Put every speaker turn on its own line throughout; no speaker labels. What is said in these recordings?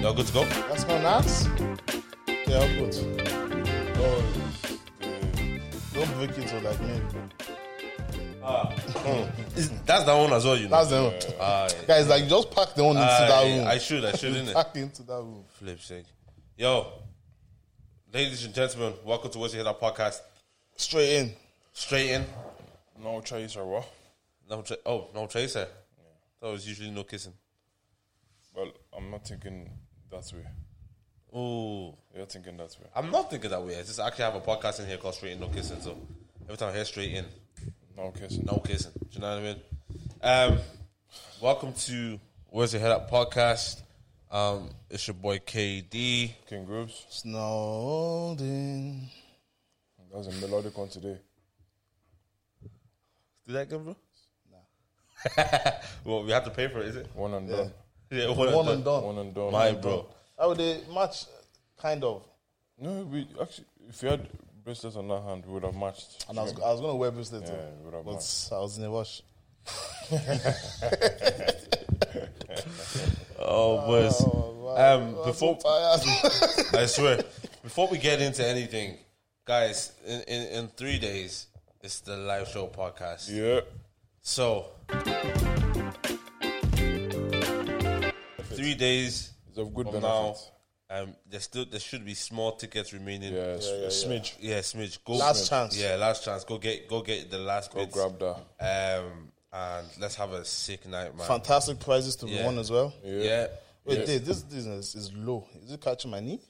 Y'all good to go?
That's my naps. Yeah, I'm good. God is good. Don't break it or like me.
Is- That's that one as well, you know.
That's the one.
Aye.
Guys, like just pack the one into that
Aye,
room.
Ah, I should, I should, innit?
pack into that room.
Flip sake. Yo, ladies and gentlemen, welcome to What's Your Head Up podcast.
Straight in.
Straight in.
No trace or what?
No tra- oh, no tracer. That was usually no kissing.
Well, I'm not thinking that way.
Ooh.
You're thinking that way.
I'm not thinking that way. I just actually have a podcast in here called Straight In, No Kissing. So every time I hear Straight In,
No kissing.
no kissing. Do you know what I mean? Um, welcome to Where's Your Head Up podcast. Um, it's your boy KD.
King Grooves.
Snowden.
That was a melodic one today.
Did that come, bro? well, we have to pay for it, is it?
One and done.
Yeah, one,
One
and
and
done.
One
done.
and done.
My bro.
How would they match? Kind of.
No, we actually, if you had bracelets on that hand, we would have matched.
And I was, I was going to wear bracelet
Yeah,
too.
we would have
but
matched.
I was in a rush.
Oh, boys. Um, before
Uh,
I swear, before we get into anything, guys, in, in, in three days, it's the live show podcast.
Yeah.
So, three days
It's of good
from
benefit.
now, um, there still there should be small tickets remaining.
Yeah, it's
yeah,
a smidge.
yeah, smidge. Go
Last chance.
Yeah, last chance. Go get go get the last
Go
bits.
grab that.
Um, and let's have a sick night, man.
Fantastic prizes to be
Yeah.
won as well.
Yeah.
Wait, this this this is, is low. Is it catching my knee?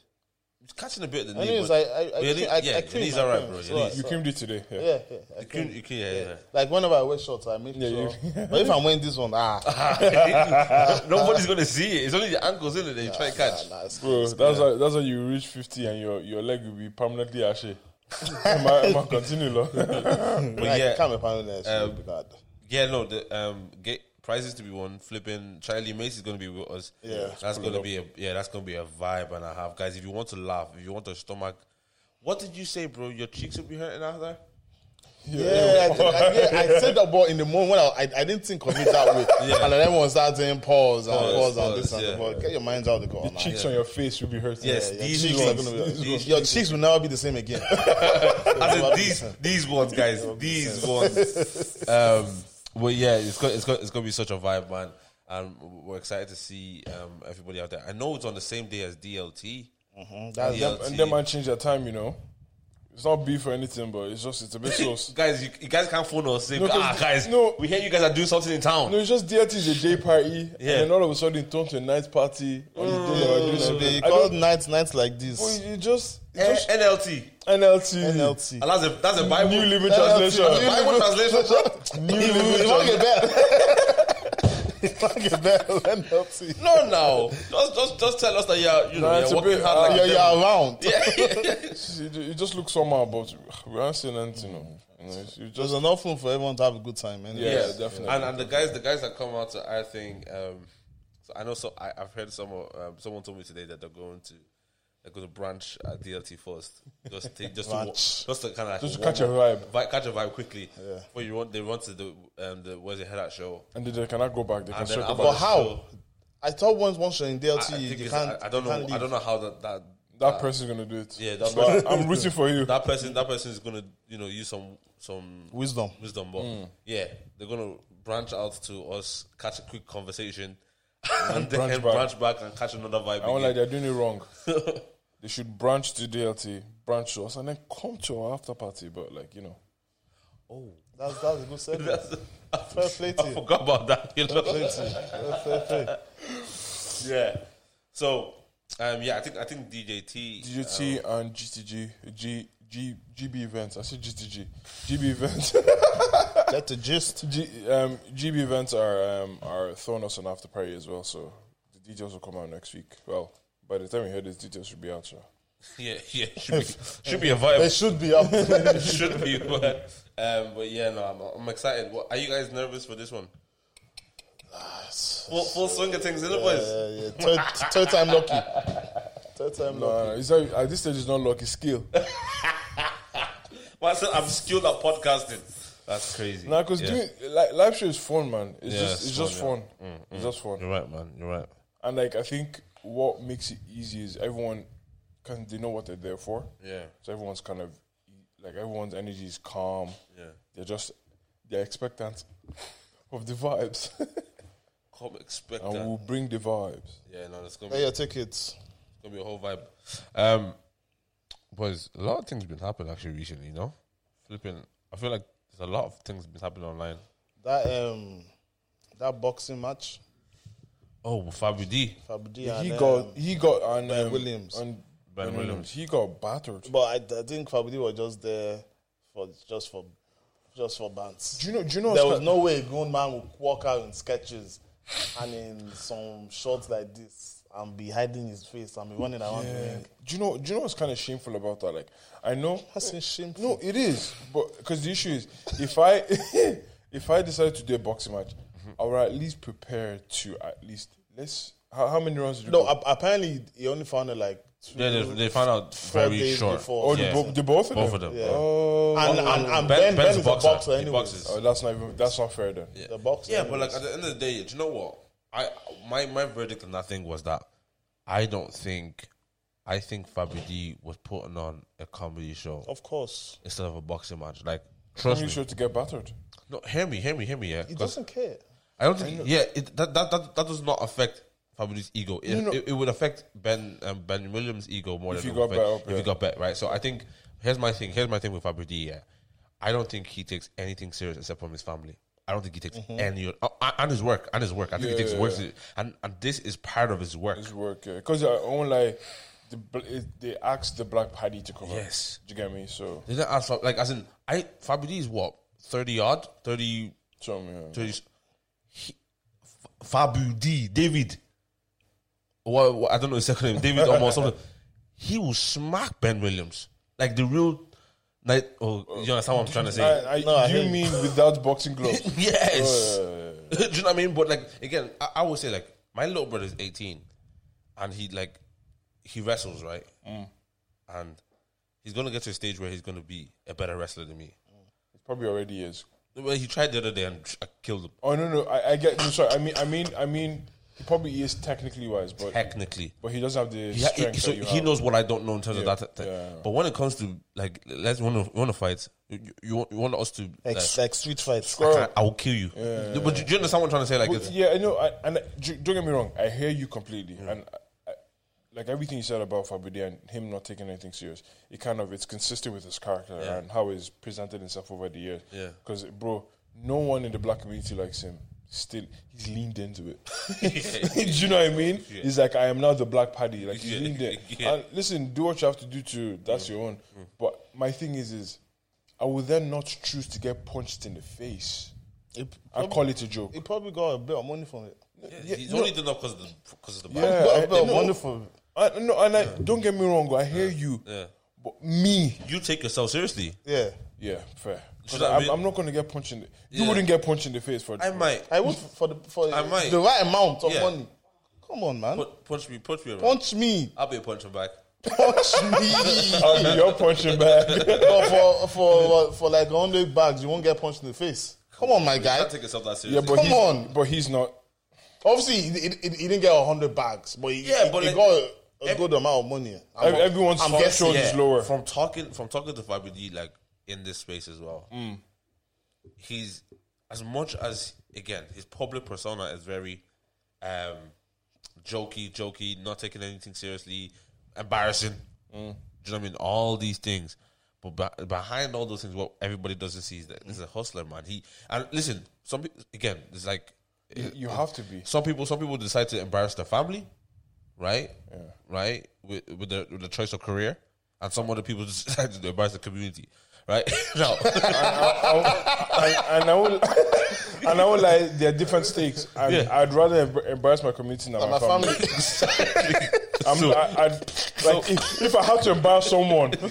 It's catching a bit of the
I
knee.
know it's
but-
like I, I,
Yeah,
clean-
the-
I,
yeah,
I
your
clean
knee's
my
alright,
things.
bro, your
So I-
knee's-
You came today. Yeah.
Yeah, yeah. I
You
clean-
can, you can, yeah, yeah.
Like whenever I wear shorts, I make sure. but if I'm wearing this one, ah,
Nobody's gonna see it. It's only the ankles in it that you try to catch.
nah, it's-
Bro, that's how, that's how you reach 50 and your, your leg will be permanently ashy. am I, am I continue, lo?
But
like,
yeah, Um,
can't be found there. should be bad.
yeah, no, the um, get prizes to be won. Flipping Charlie Mace is gonna be with us.
Yeah.
that's gonna be a yeah, that's gonna be a vibe and a half, guys. If you want to laugh, if you want to stomach, what did you say, bro? Your cheeks will be hurting after.
Yeah, I, think- I, yeah, I said that, but in the moment when I, I, I didn't think of it that way,
Yeah.
and then everyone started saying pause and
Pause,
pause, and this
pause,
and that.
yeah.
But get your minds out of the corner.
Cheeks on your face will be hurting.
Yes,
Your
these
cheeks are
ones,
gonna be-
these,
your cheeks will never be the same again.
as in these these ones, guys, these ones. Um, but yeah, it's got it's got it's gonna be such a vibe, man. And we're excited to see um, everybody out there. I know it's on the same day as DLT.
That's
Yeah.
Ah, And then man change their time, you know. It's not beef or anything, but it's just it's a bit close.
Guys, you, you guys can't phone us. Say,
No, 'cause
ah, guys,
no.
we hear you guys are doing something in town.
No, it's just DLT is a day party,
Yeah.
and then all of a sudden it turned to a night party. Or you did it, or you did
So they
it. I
call
don't.
nights nights like
Oh,
this.
It just
Mm,
it's
Eh,
just
NLT.
NLT,
NLT.
And that's a that's a Bible.
New Living
NLT.
Translation.
Bible translation.
New
It
Living
won't
Translation.
get better. It won't get better. NLT.
No, no. Just just just tell us that you're you know
Nah, it's
you're
a
working
bit-
hard
ah,
like
You're,
a
you're around.
devil. Yeah.
It ju- it just looks somehow, but we aren't saying anything. You know, You know, it's- you
There's
just
enough room for everyone to have a good time. Anyway.
Yeah,
Yes.
definitely.
And and the guys the guys that come out to our thing, um, so I know so I, I've heard some of- um, someone told me today that they're going to they're going to branch at DLT first, just to, just to, wa-
Branch.
just to kind of
Just to catch a vibe.
catch a vibe quickly. Yeah. Before you want they run to the um the where's your head at show.
and they- they cannot go back. They can
And then
circle
after
back.
But how?
So-
I thought once once you're in DLT,
I, I
you,
think
you
it's-
can't.
I, I don't know.
you can't
I don't
leave.
know how that that
That person's gonna do it.
Ah. yeah, that
But I'm rooting for you.
that person that person is gonna you know use some some
Wisdom.
wisdom, but yeah, they're gonna branch out to us, catch a quick conversation, and then branch
branch
back,
back.
and catch another vibe.
I don't
again.
like they're doing it wrong. they should branch to DLT, branch to us, and then come to our after party. But like you know,
That's that's a good segment.
That's-
Fair play to
I
you.
forgot about that. You
Fair
know?
play to you. Fair, fair, fair.
yeah. So, um, yeah, I think I think DJT.
DJT and GTG, G, G, GB events. I said GTG, GB events.
Let the gist.
G, um, GB events are um, are throwing us an after party as well. So the details will come out next week. Well, by the time we hear this, details should be out. So.
Yeah, yeah, should be, should be a
They
vibe.
should be up.
should be, but, um, but yeah, no, I'm, I'm excited. What, are you guys nervous for this one? Full, full swing of things in the boys.
Yeah, yeah. Third, third time lucky. Third time lucky.
Uh, it's not, at this stage, it's not lucky skill.
Well, I said I'm skilled at podcasting. That's crazy.
Nah, because
Yeah.
like, live show is fun, man. It's
Yeah, Mm,
just
it's
it's just
fun,
fun. It's just fun.
You're right, man. You're right.
And like I think what makes it easy is everyone can they know what they're there for.
Yeah.
So everyone's kind of like everyone's energy is calm.
Yeah.
They're just they're expectant of the vibes,
Come expect
and
that.
we'll bring the vibes.
Yeah, no, it's gonna, be,
Hey, yeah, take it.
it's gonna be a whole vibe. Um, boys, a lot of things been happening actually recently. You know, flipping. I feel like there's a lot of things been happening online.
That um, that boxing match,
Oh, Fabi D.
Fabudi
he
and,
got
um,
he got on um,
Williams.
on
Ben
Ben
Williams.
Williams. He got battered.
but I, I think Fabudi was just there for just for just for bands.
Do you know? Do you know?
There was
what's ki-
no way a grown man would walk out in sketches and in some shorts like this and be hiding his face and be running around the
Yeah.
ring.
Do you know? Do you know what's kind of shameful about that? Like, I know
That's a shameful.
No, it is, but because the issue is, if I if I decide to do a boxing match,
Mm-hmm.
I will at least prepare to at least let's. How, how many rounds did you?
No,
go?
ap- apparently he only found it like two.
Yeah, they, they found out
Four
very
days
short.
before.
oh,
yeah.
the, bo- the both of
Both of
them.
them.
Yeah.
Oh,
and, and, and Ben,
Ben- Ben's
ben
a
is a
boxer.
boxer,
He
anyway.
boxes.
oh, that's not even that's not fair then.
The boxer.
Yeah, but
anyways.
like at the end of the day, do you know what? I my my verdict on that thing was that I don't think I think Fabi D was putting on a comedy show
of course,
instead of a boxing match. Like
I'm
trust
really
me.
sure to get battered.
No, hear me, hear me, hear me, yeah.
he
'cause
doesn't care.
I don't think yeah, it, that, that that that does not affect Fabri's ego. It,
No, no.
it, it would affect Ben um, Ben Williams' ego more
If
than
you
it would
got
affect-
bet up,
if
yeah.
he got bet right. So I think here's my thing. Here's my thing with Fabri D. Yeah, I don't think he takes anything serious except from his family. I don't think he takes
Mm-hmm.
any uh, and his work and his work. I think he takes work se- and and this is part of his work.
His work because I own like the bl- it- they asked the black paddy to cover.
Yes.
do you get me? So,
They didn't ask for, like as in I Fabri D is what thirty odd thirty
so yeah.
So he's he, F- Fabu D David. What, what- I don't know his second name, David Omo or something. He will smack Ben Williams like the real. Like, oh, you understand what I'm trying to say?
I, I,
No, I
do you
hate-
mean without boxing gloves?
yes.
Uh,
Do you know what I mean? But like again, I, I would say like my little brother is 18, and he like he wrestles right,
Mm.
and he's gonna get to a stage where he's gonna be a better wrestler than me.
probably already is.
Well, he tried the other day and I killed him.
Oh no no I, I get no, sorry I mean I mean I mean he probably is technically wise but
Technically,
but he doesn't have the
he,
strength
so
that you
he
have.
knows what I don't know in terms of that. thing.
yeah.
But when it comes to like, let's want to want to fight. You, you, want, you want us to? Like,
Like, like street fights.
I, can't- I will kill you. But do, do you understand what I'm trying to say? Like, it's,
yeah I know I, and I- d- don't get me wrong I hear you completely
Mm-hmm.
and I, I, like everything you said about Fabudi and him not taking anything serious it kind of it's consistent with his character and how he's presented himself over the years
Yeah.
because bro no one in the black community likes him still he's leaned into it do you know what I mean he's like I am now the black paddy like he's
Yeah.
leaned in
Yeah. Mm.
and listen do what you have to do to that's your own but my thing is is I would then not choose to get punched in the face.
He,
I call it a joke.
he probably got a bit of money from it.
he's only doing that because of the because of the
Yeah,
man.
He got
I-
a bit of
no.
money from it.
I, no, and I, don't get me wrong. I hear you, but me,
You take yourself seriously.
Yeah,
yeah, fair. 'Cause
Should I
I'm,
be-
I'm not going to get punched in the.
Yeah.
You wouldn't get punched in the face for.
I might
I would for the for
I might.
the right amount of
Yeah.
money. Come on, man.
Put, punch me, punch me. around.
Punch me,
I'll be a puncher back.
punch me.
Oh, you're punching back.
but for for for like hundred bags, you won't get punched in the face. Come on, my guy.
Can't take yourself that seriously.
yeah, but
Come
he's,
on.
but he's not.
Obviously, he, he, he didn't get hundred bags, but he,
Yeah,
he-
but
he
like-
got a, a good amount of money. I'm-
Ev- everyone's
I'm
front
guessing,
shoulder is
yeah,
lower.
From talking from talking to Fabi D like in this space as well.
Mm.
He's as much as again, his public persona is very um jokey, jokey, not taking anything seriously, embarrassing.
Mm.
Do you know what I mean? All these things. But be- behind all those things, what everybody doesn't see is that this is a hustler, man. He and listen, some pe- again, it's like
You- You have to be.
some people some people decide to embarrass their family, right? Right with with the, with the choice of career, and some other people just decide to embarrass the community, right? now,
and, and I will. And I will like there are different stakes, and
Yeah.
I'd rather emb- embarrass my community than my,
My
family.
family.
I'm, I, I'd, like if, if I have to embarrass someone,
it's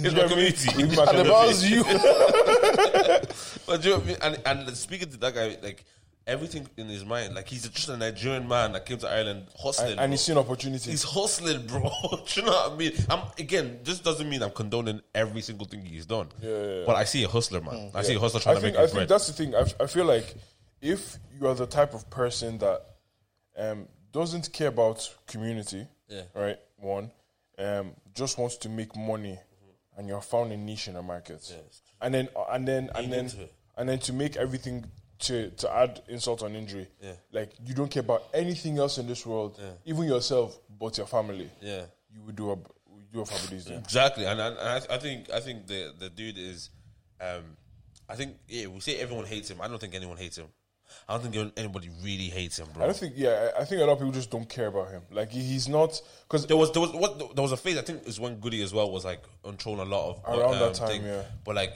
my community.
it's my
And
community.
embarrass you. but do you know what I mean? and and speaking to that guy, like everything in his mind, like he's just a Nigerian man that came to Ireland hustling,
and
bro.
he's seen opportunity.
He's hustling, bro. Do you know what I mean? I'm again. This doesn't mean I'm condoning every single thing he's done.
yeah, yeah.
But I see a hustler, man. I see a hustler trying
I
to
think,
make
I
his
think
bread.
that's the thing. I, f- I feel like if you are the type of person that um, doesn't care about community,
Yeah.
right? One, um, just wants to make money,
Mm-hmm.
and you're found a niche in the market, and then uh, and then and then
into it.
and then to make everything to to add insult on injury,
Yeah.
like you don't care about anything else in this world, even yourself, but your family,
Yeah.
you would do a would do a Fabuli's day.
Exactly, and, and I, I think I think the the dude is, um, I think yeah, we say everyone hates him. I don't think anyone hates him. I don't think anybody really hates him,
I
bro.
don't think, yeah, I I think a lot of people just don't care about him. Like he, he's not because
There was there was what there was a phase I think it was when Goody as well was like on throwing a lot of
Around that time, yeah.
But like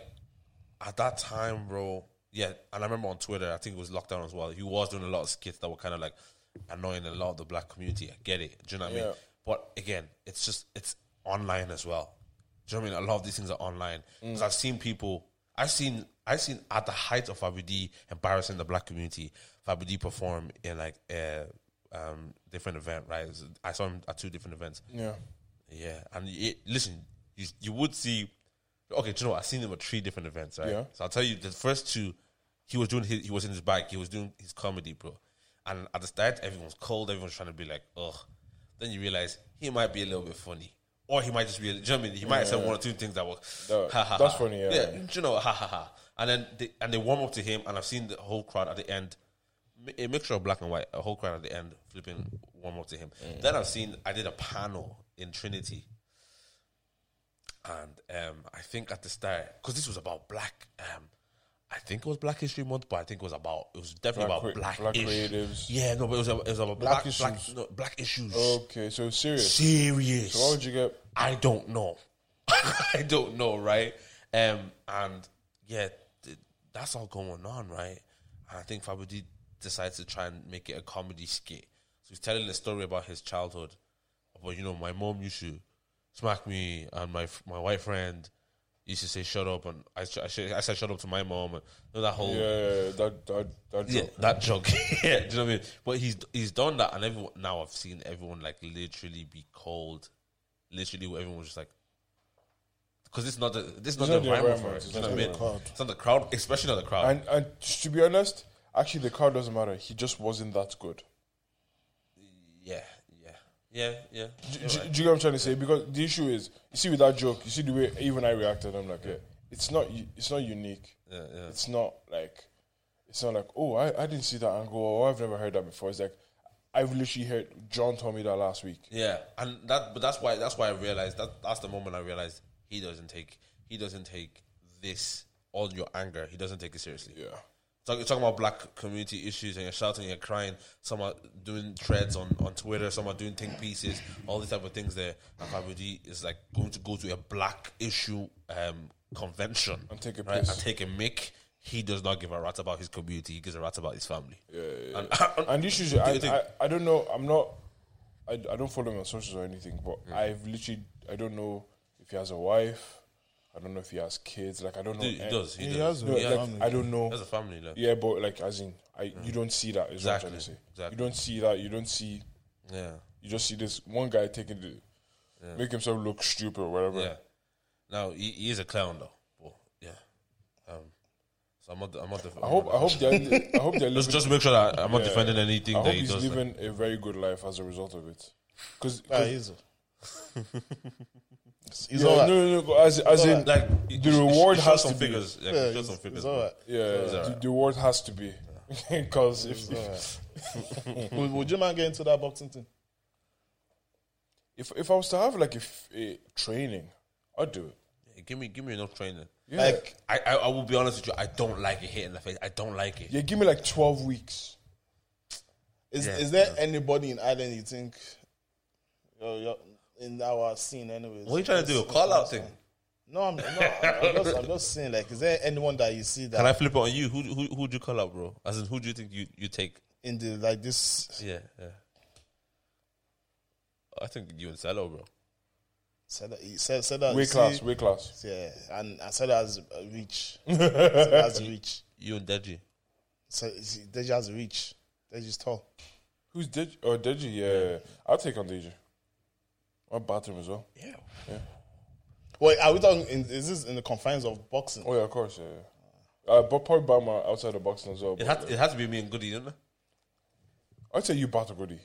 at that time, bro, yeah, and I remember on Twitter, I think it was lockdown as well. He was doing a lot of skits that were kind of like annoying a lot of the black community. I get it, do you know what I
Yeah.
mean? But again, it's just it's online as well. Do you know what I mean? A lot of these things are online
Mm.
because I've seen people. I've seen I've seen at the height of Fabidi embarrassing the black community. Fabidi perform in like a um, different event, right? I saw him at two different events.
yeah,
Yeah, and it, listen, you you would see. Okay, do you know what? I've seen him at three different events, right?
Yeah.
So I'll tell you, the first two, he was doing his, he was in his bike, he was doing his comedy, bro. And at the start, everyone's cold, everyone's trying to be like, ugh. Then you realize he might be a little bit funny, or he might just be, do you know what I mean? He might have said one or two things that were,
That-
ha, ha,
that's
ha.
funny, yeah.
yeah. Do you know, what? ha ha ha. And then they, and they warm up to him, and I've seen the whole crowd at the end, mi- a mixture of black and white, a whole crowd at the end flipping warm up to him. Then I've seen I did a panel in Trinity, and um, I think at the start because this was about black. Um, I think it was Black History Month, but I think it was about it was definitely
Black
about
cre-
black,
black
ish-
creatives.
Yeah, no, but it was about, it was about black,
Black
black issues.
issues.
Black, no, black issues.
okay, so serious.
Serious.
Why would you get?
I don't know. I don't know, right? Um, and yeah, th- that's all going on, right? And I think Fabudi decides to try and make it a comedy skit. So he's telling a story about his childhood. About you know, my mom used to smack me, and my f- my white friend used to say "shut up," and I sh- I, sh- I said "shut up" to my mom, and you know, that whole
Yeah, yeah, yeah, that that that
yeah,
joke.
that joke. yeah, do you know what I mean? But he's he's done that, and everyone now I've seen everyone like literally be cold. Literally, where everyone was just like, because it's not the this is not the
not the
environment for
environment,
it.
it's
do you know
not
what I
the
mean?
crowd.
It's not the crowd, especially not the crowd.
And and to be honest, actually, the crowd doesn't matter. He just wasn't that good.
yeah, yeah, yeah, yeah.
Do,
you're
do-
right.
do you get what I'm trying to say? Because the issue is, you see, with that joke, you see the way even I reacted. I'm like, yeah, it's not, u- it's not unique.
Yeah, yeah.
It's not like, it's not like, oh, I, I didn't see that angle. or I've never heard that before. It's like, I've literally heard John told me that last week.
Yeah, and that but that's why that's why I realized that that's the moment I realized he doesn't take he doesn't take this all your anger he doesn't take it seriously.
Yeah,
Talk, you're talking about black community issues and you're shouting, you're crying. Some are doing threads on, on Twitter, some are doing think pieces, all these type of things there. And Fabudi is like going to go to a black issue um, convention
And take a
right?
piss.
and take a mic. He does not give a rat about his community, he gives a rat about his family. Yeah, And,
and the issue is, I,
you think-
I, I don't know. I'm not. I, I don't follow him on socials or anything, but I've literally I don't know if he has a wife. I don't know if he has kids. Like I don't know.
Dude, he
eh,
does, he,
He
does.
has a
He has-
family.
Like, I don't know.
he has a family, like.
Yeah, but like as in, I you don't see that. Is what I'm trying to
Exactly,
say.
exactly.
You don't see that. You don't see.
yeah.
You just see this one guy taking the, make himself look stupid or whatever.
Yeah. Now he, he is a clown though. But yeah. Um, so I'm not. I'm not. Def-
I hope I hope they're I hope they're
Let's
living.
just make sure that I'm not
Yeah.
defending anything
I
that
hope
he
he's
does. like-
living a very good life as a result of it. Because
Yeah, he's. he's
yeah,
all right.
no, no, no, as as in
like
the reward has
some
to be
figures. Yeah,
Yeah,
show
he's,
some figures.
he's all right.
yeah, the, the reward has to be because if
would, would you mind getting to that boxing thing?
if if I was to have like a, f- a training, I'd do it.
Yeah, Give me, give me enough training.
Like,
I, I, I will be honest with you. I don't like a hit in the face. I don't like it.
Yeah, give me like twelve weeks.
is
Yeah,
is there anybody in Ireland you think, yo, yo, in our scene, anyways?
What are you trying to do? A call out thing?
No, I'm, no, I'm I'm just, I'm just saying. Like, is there anyone that you see that
Can I flip it on you? Who, who, who do you call out, bro? As in, who do you think you, you take?
in the like this
Yeah, yeah. I think you and Salo, bro.
said said, said that
Weight class, weight class.
yeah, and I said as reach, Seda has reach,
You and Deji.
so see, Deji has reach. Deji's tall.
Who's Deji? Oh, Deji. Yeah, I'll take on Deji. I'll bat him as well.
Yeah.
Wait, are we talking? In, is this in the confines of boxing?
Oh yeah, of course, yeah. yeah. Uh, but probably Bama outside of boxing as well.
It
But,
had, it had to be me and Goody, didn't it?
I'd say you battle Goody.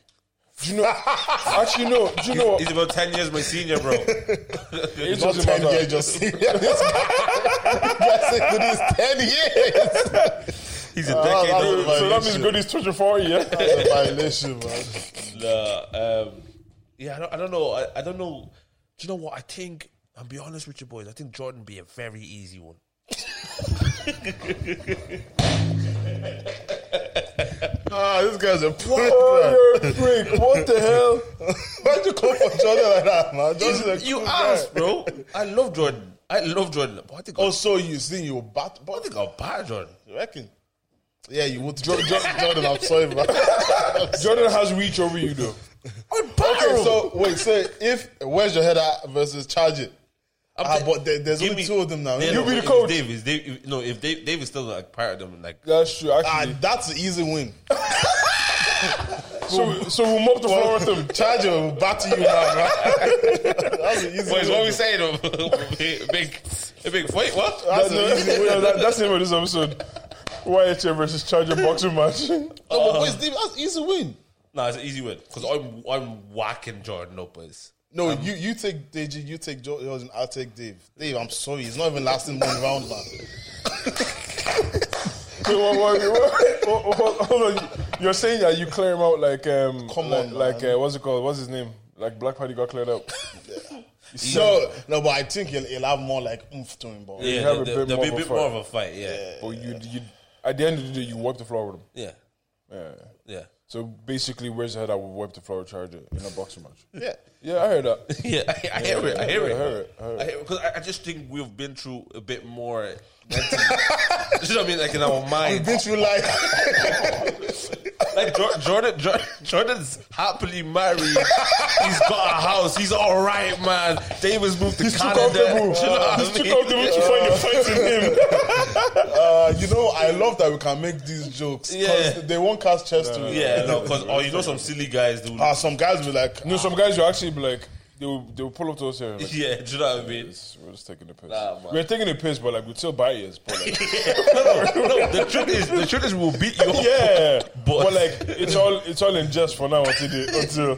Do you know? actually, no. Do you know?
He's about ten years my senior, bro.
It
Not
doesn't
ten
matter.
years, just senior. This guy, guy said good is ten years.
He's a
Ah,
decade
that's
older.
right.
Oh, So that means good is 24, yeah?
That's a violation, man.
Nah, um, yeah, I don't, I don't know. I, I don't know. Do you know what? I think, I'll be honest with you boys, I think Jordan be a very easy one.
Ah, this guy's a prick, man.
Oh, you're a prick. What the hell?
Why'd you call for Jordan like that, man? Jordan's a
you
cool
asked,
guy.
bro. I love Jordan. I love Jordan. But I think
Oh,
I'll,
so you think you bat?
I
But
think I'll buy Jordan.
you reckon? Yeah, you would. Jordan, Jordan, Jordan I'm sorry, man.
Jordan has reach over you, though.
I'd buy
okay,
him.
so wait, so if where's your head at versus charge it?
I'm
Ah,
ta-
but there, there's
Give
only
me-
two of them now.
Yeah,
You
no,
be the
if
coach.
Dave is Dave. if- no, if Dave, Dave is still like part of them, like
That's true,
Ah,
actually.
that's an easy win. Ah,
so, so we'll mop the floor with him.
Charge it, we'll batter you now, man. that's an easy
Boys,
win.
what we saying? um, big, big, big fight. What?
That's
That's,
an easy win.
yeah, that, that's the name of this episode. YHM versus Charger boxing match.
No, but wait, Steve, that's an easy win.
Nah, it's an easy win because I'm I'm whacking Jordan up, boys.
No, you, you take Deji, you take Jo- Jordan, I'll take Dave. Dave, I'm sorry, it's not even lasting one round, man.
Wait, wait, wait, wait, wait, wait, hold- hold on. You're saying that you clear him out like um
Come
like,
on,
like
man.
uh, what's it called? What's his name? Like Black Party got cleared out.
No, no, but I think he'll, he'll have more like oomph to him, but
Yeah,
have
there- there-
a bit
there'll be a
more of a
bit more of a fight. Yeah,
But you you at the end of the day you wipe the floor with him.
yeah,
Yeah.
yeah,
So basically where's the head I would wipe the floor with Charger in a boxing match.
yeah.
Yeah, I heard that.
yeah. I, I hear it. I hear it.
yeah, I hear it, I hear it.
I hear because I, I just think we've been through a bit more. mentally. Do you know what I mean? Like in our
We've
mind,
been through like
like Jor- Jordan, Jor- Jordan's happily married. He's got a house. He's all right, man. Davis moved to
He's too
Canada. Do you know
comfortable.
what I
He's too
mean?
comfortable to find a fight in him.
uh, you know, I love that we can make these jokes because
Yeah.
they won't cast chess to me.
Yeah, no, because oh, you know some silly guys do.
Ah, some guys be like,
No, some guys will actually be like they will, they will pull up to us here. and Like,
Yeah, do you know what I mean?
"Yes, we're just taking the piss.
Nah, man.
we're taking the piss, but like we still buy it. But like,
no, no, no. The truth is, the truth is, we'll beat you. Up.
Yeah, but,
But-
like it's all it's all in jest for now until the, until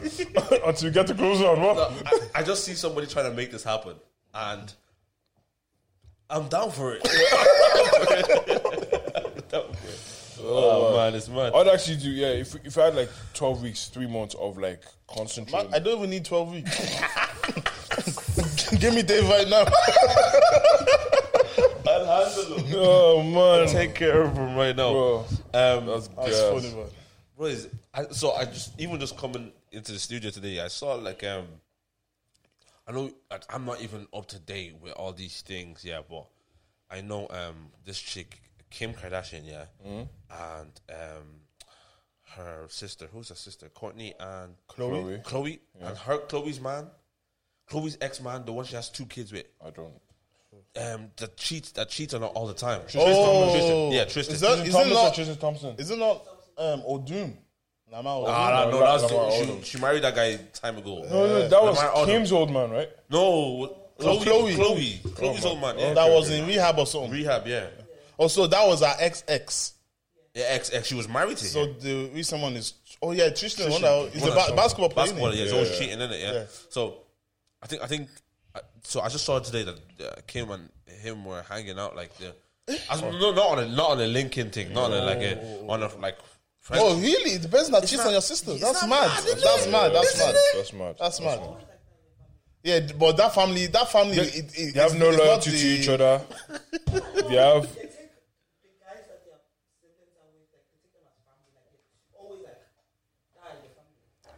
until you get the close on. What?
I, I just see somebody trying to make this happen, and I'm down for it. I'm down for it. Oh, man, it's mad.
I'd actually do yeah. If if I had like twelve weeks, three months of like
"Man,
concentrating,
I don't even need 12 weeks. Give me Dave right now.
I'll handle them.
oh man,
Take care of him right now,
Bro,
Um,
that's
That's
gas.
funny, man.
Bro, is I, so I just even just coming into the studio today, I saw like um, I know like I'm not even up to date with all these things, yeah, but I know um this chick Kim Kardashian, yeah,
Mm-hmm.
and um her sister, who's her sister, Courtney and
Chloe?
Chloe.
Chloe, and her Chloe's man, Chloe's ex man, the one she has two kids with,
I don't.
um, that cheats that cheats on her all the time.
Oh,
Tristan, yeah, Tristan.
Is, that,
Tristan
is it
Thompson or
not?
Tristan Thompson? Hmm.
Is it not um, Odum? Nama Odum.
Ah, no,
no,
that was
Lamar Odom.
she, she married that guy time ago.
No, no, that was
Lamar Odom.
Kim's old man, right?
No, Chloe, Chloe,
Chloe.
Chloe, Chloe's old man. Yeah.
that was in rehab or something.
rehab. Yeah,
Also, that was our XX.
yeah. Ex, ex. She was married to
So
him.
the recent one is oh yeah, Tristan. One
Tristan.
that is
One
a
that
ba-
shot-
basketball player. isn't
Basketball.
he?
Yeah, it's always cheating in it. Yeah.
Yeah.
So, I think I think. I- So I just saw today that uh, Kim and him were hanging out like the. I was, no, not on a not on a LinkedIn thing. Not on a, like a on a like. friend-
Oh really? The person that cheats on your sister. That's
not
mad.
mad, isn't
That's
it?
mad. Ah, That's
Isn't
mad.
it?
That's mad.
That's mad. Yeah, d- but that family, that family, it, it,
You have no loyalty to each other. you have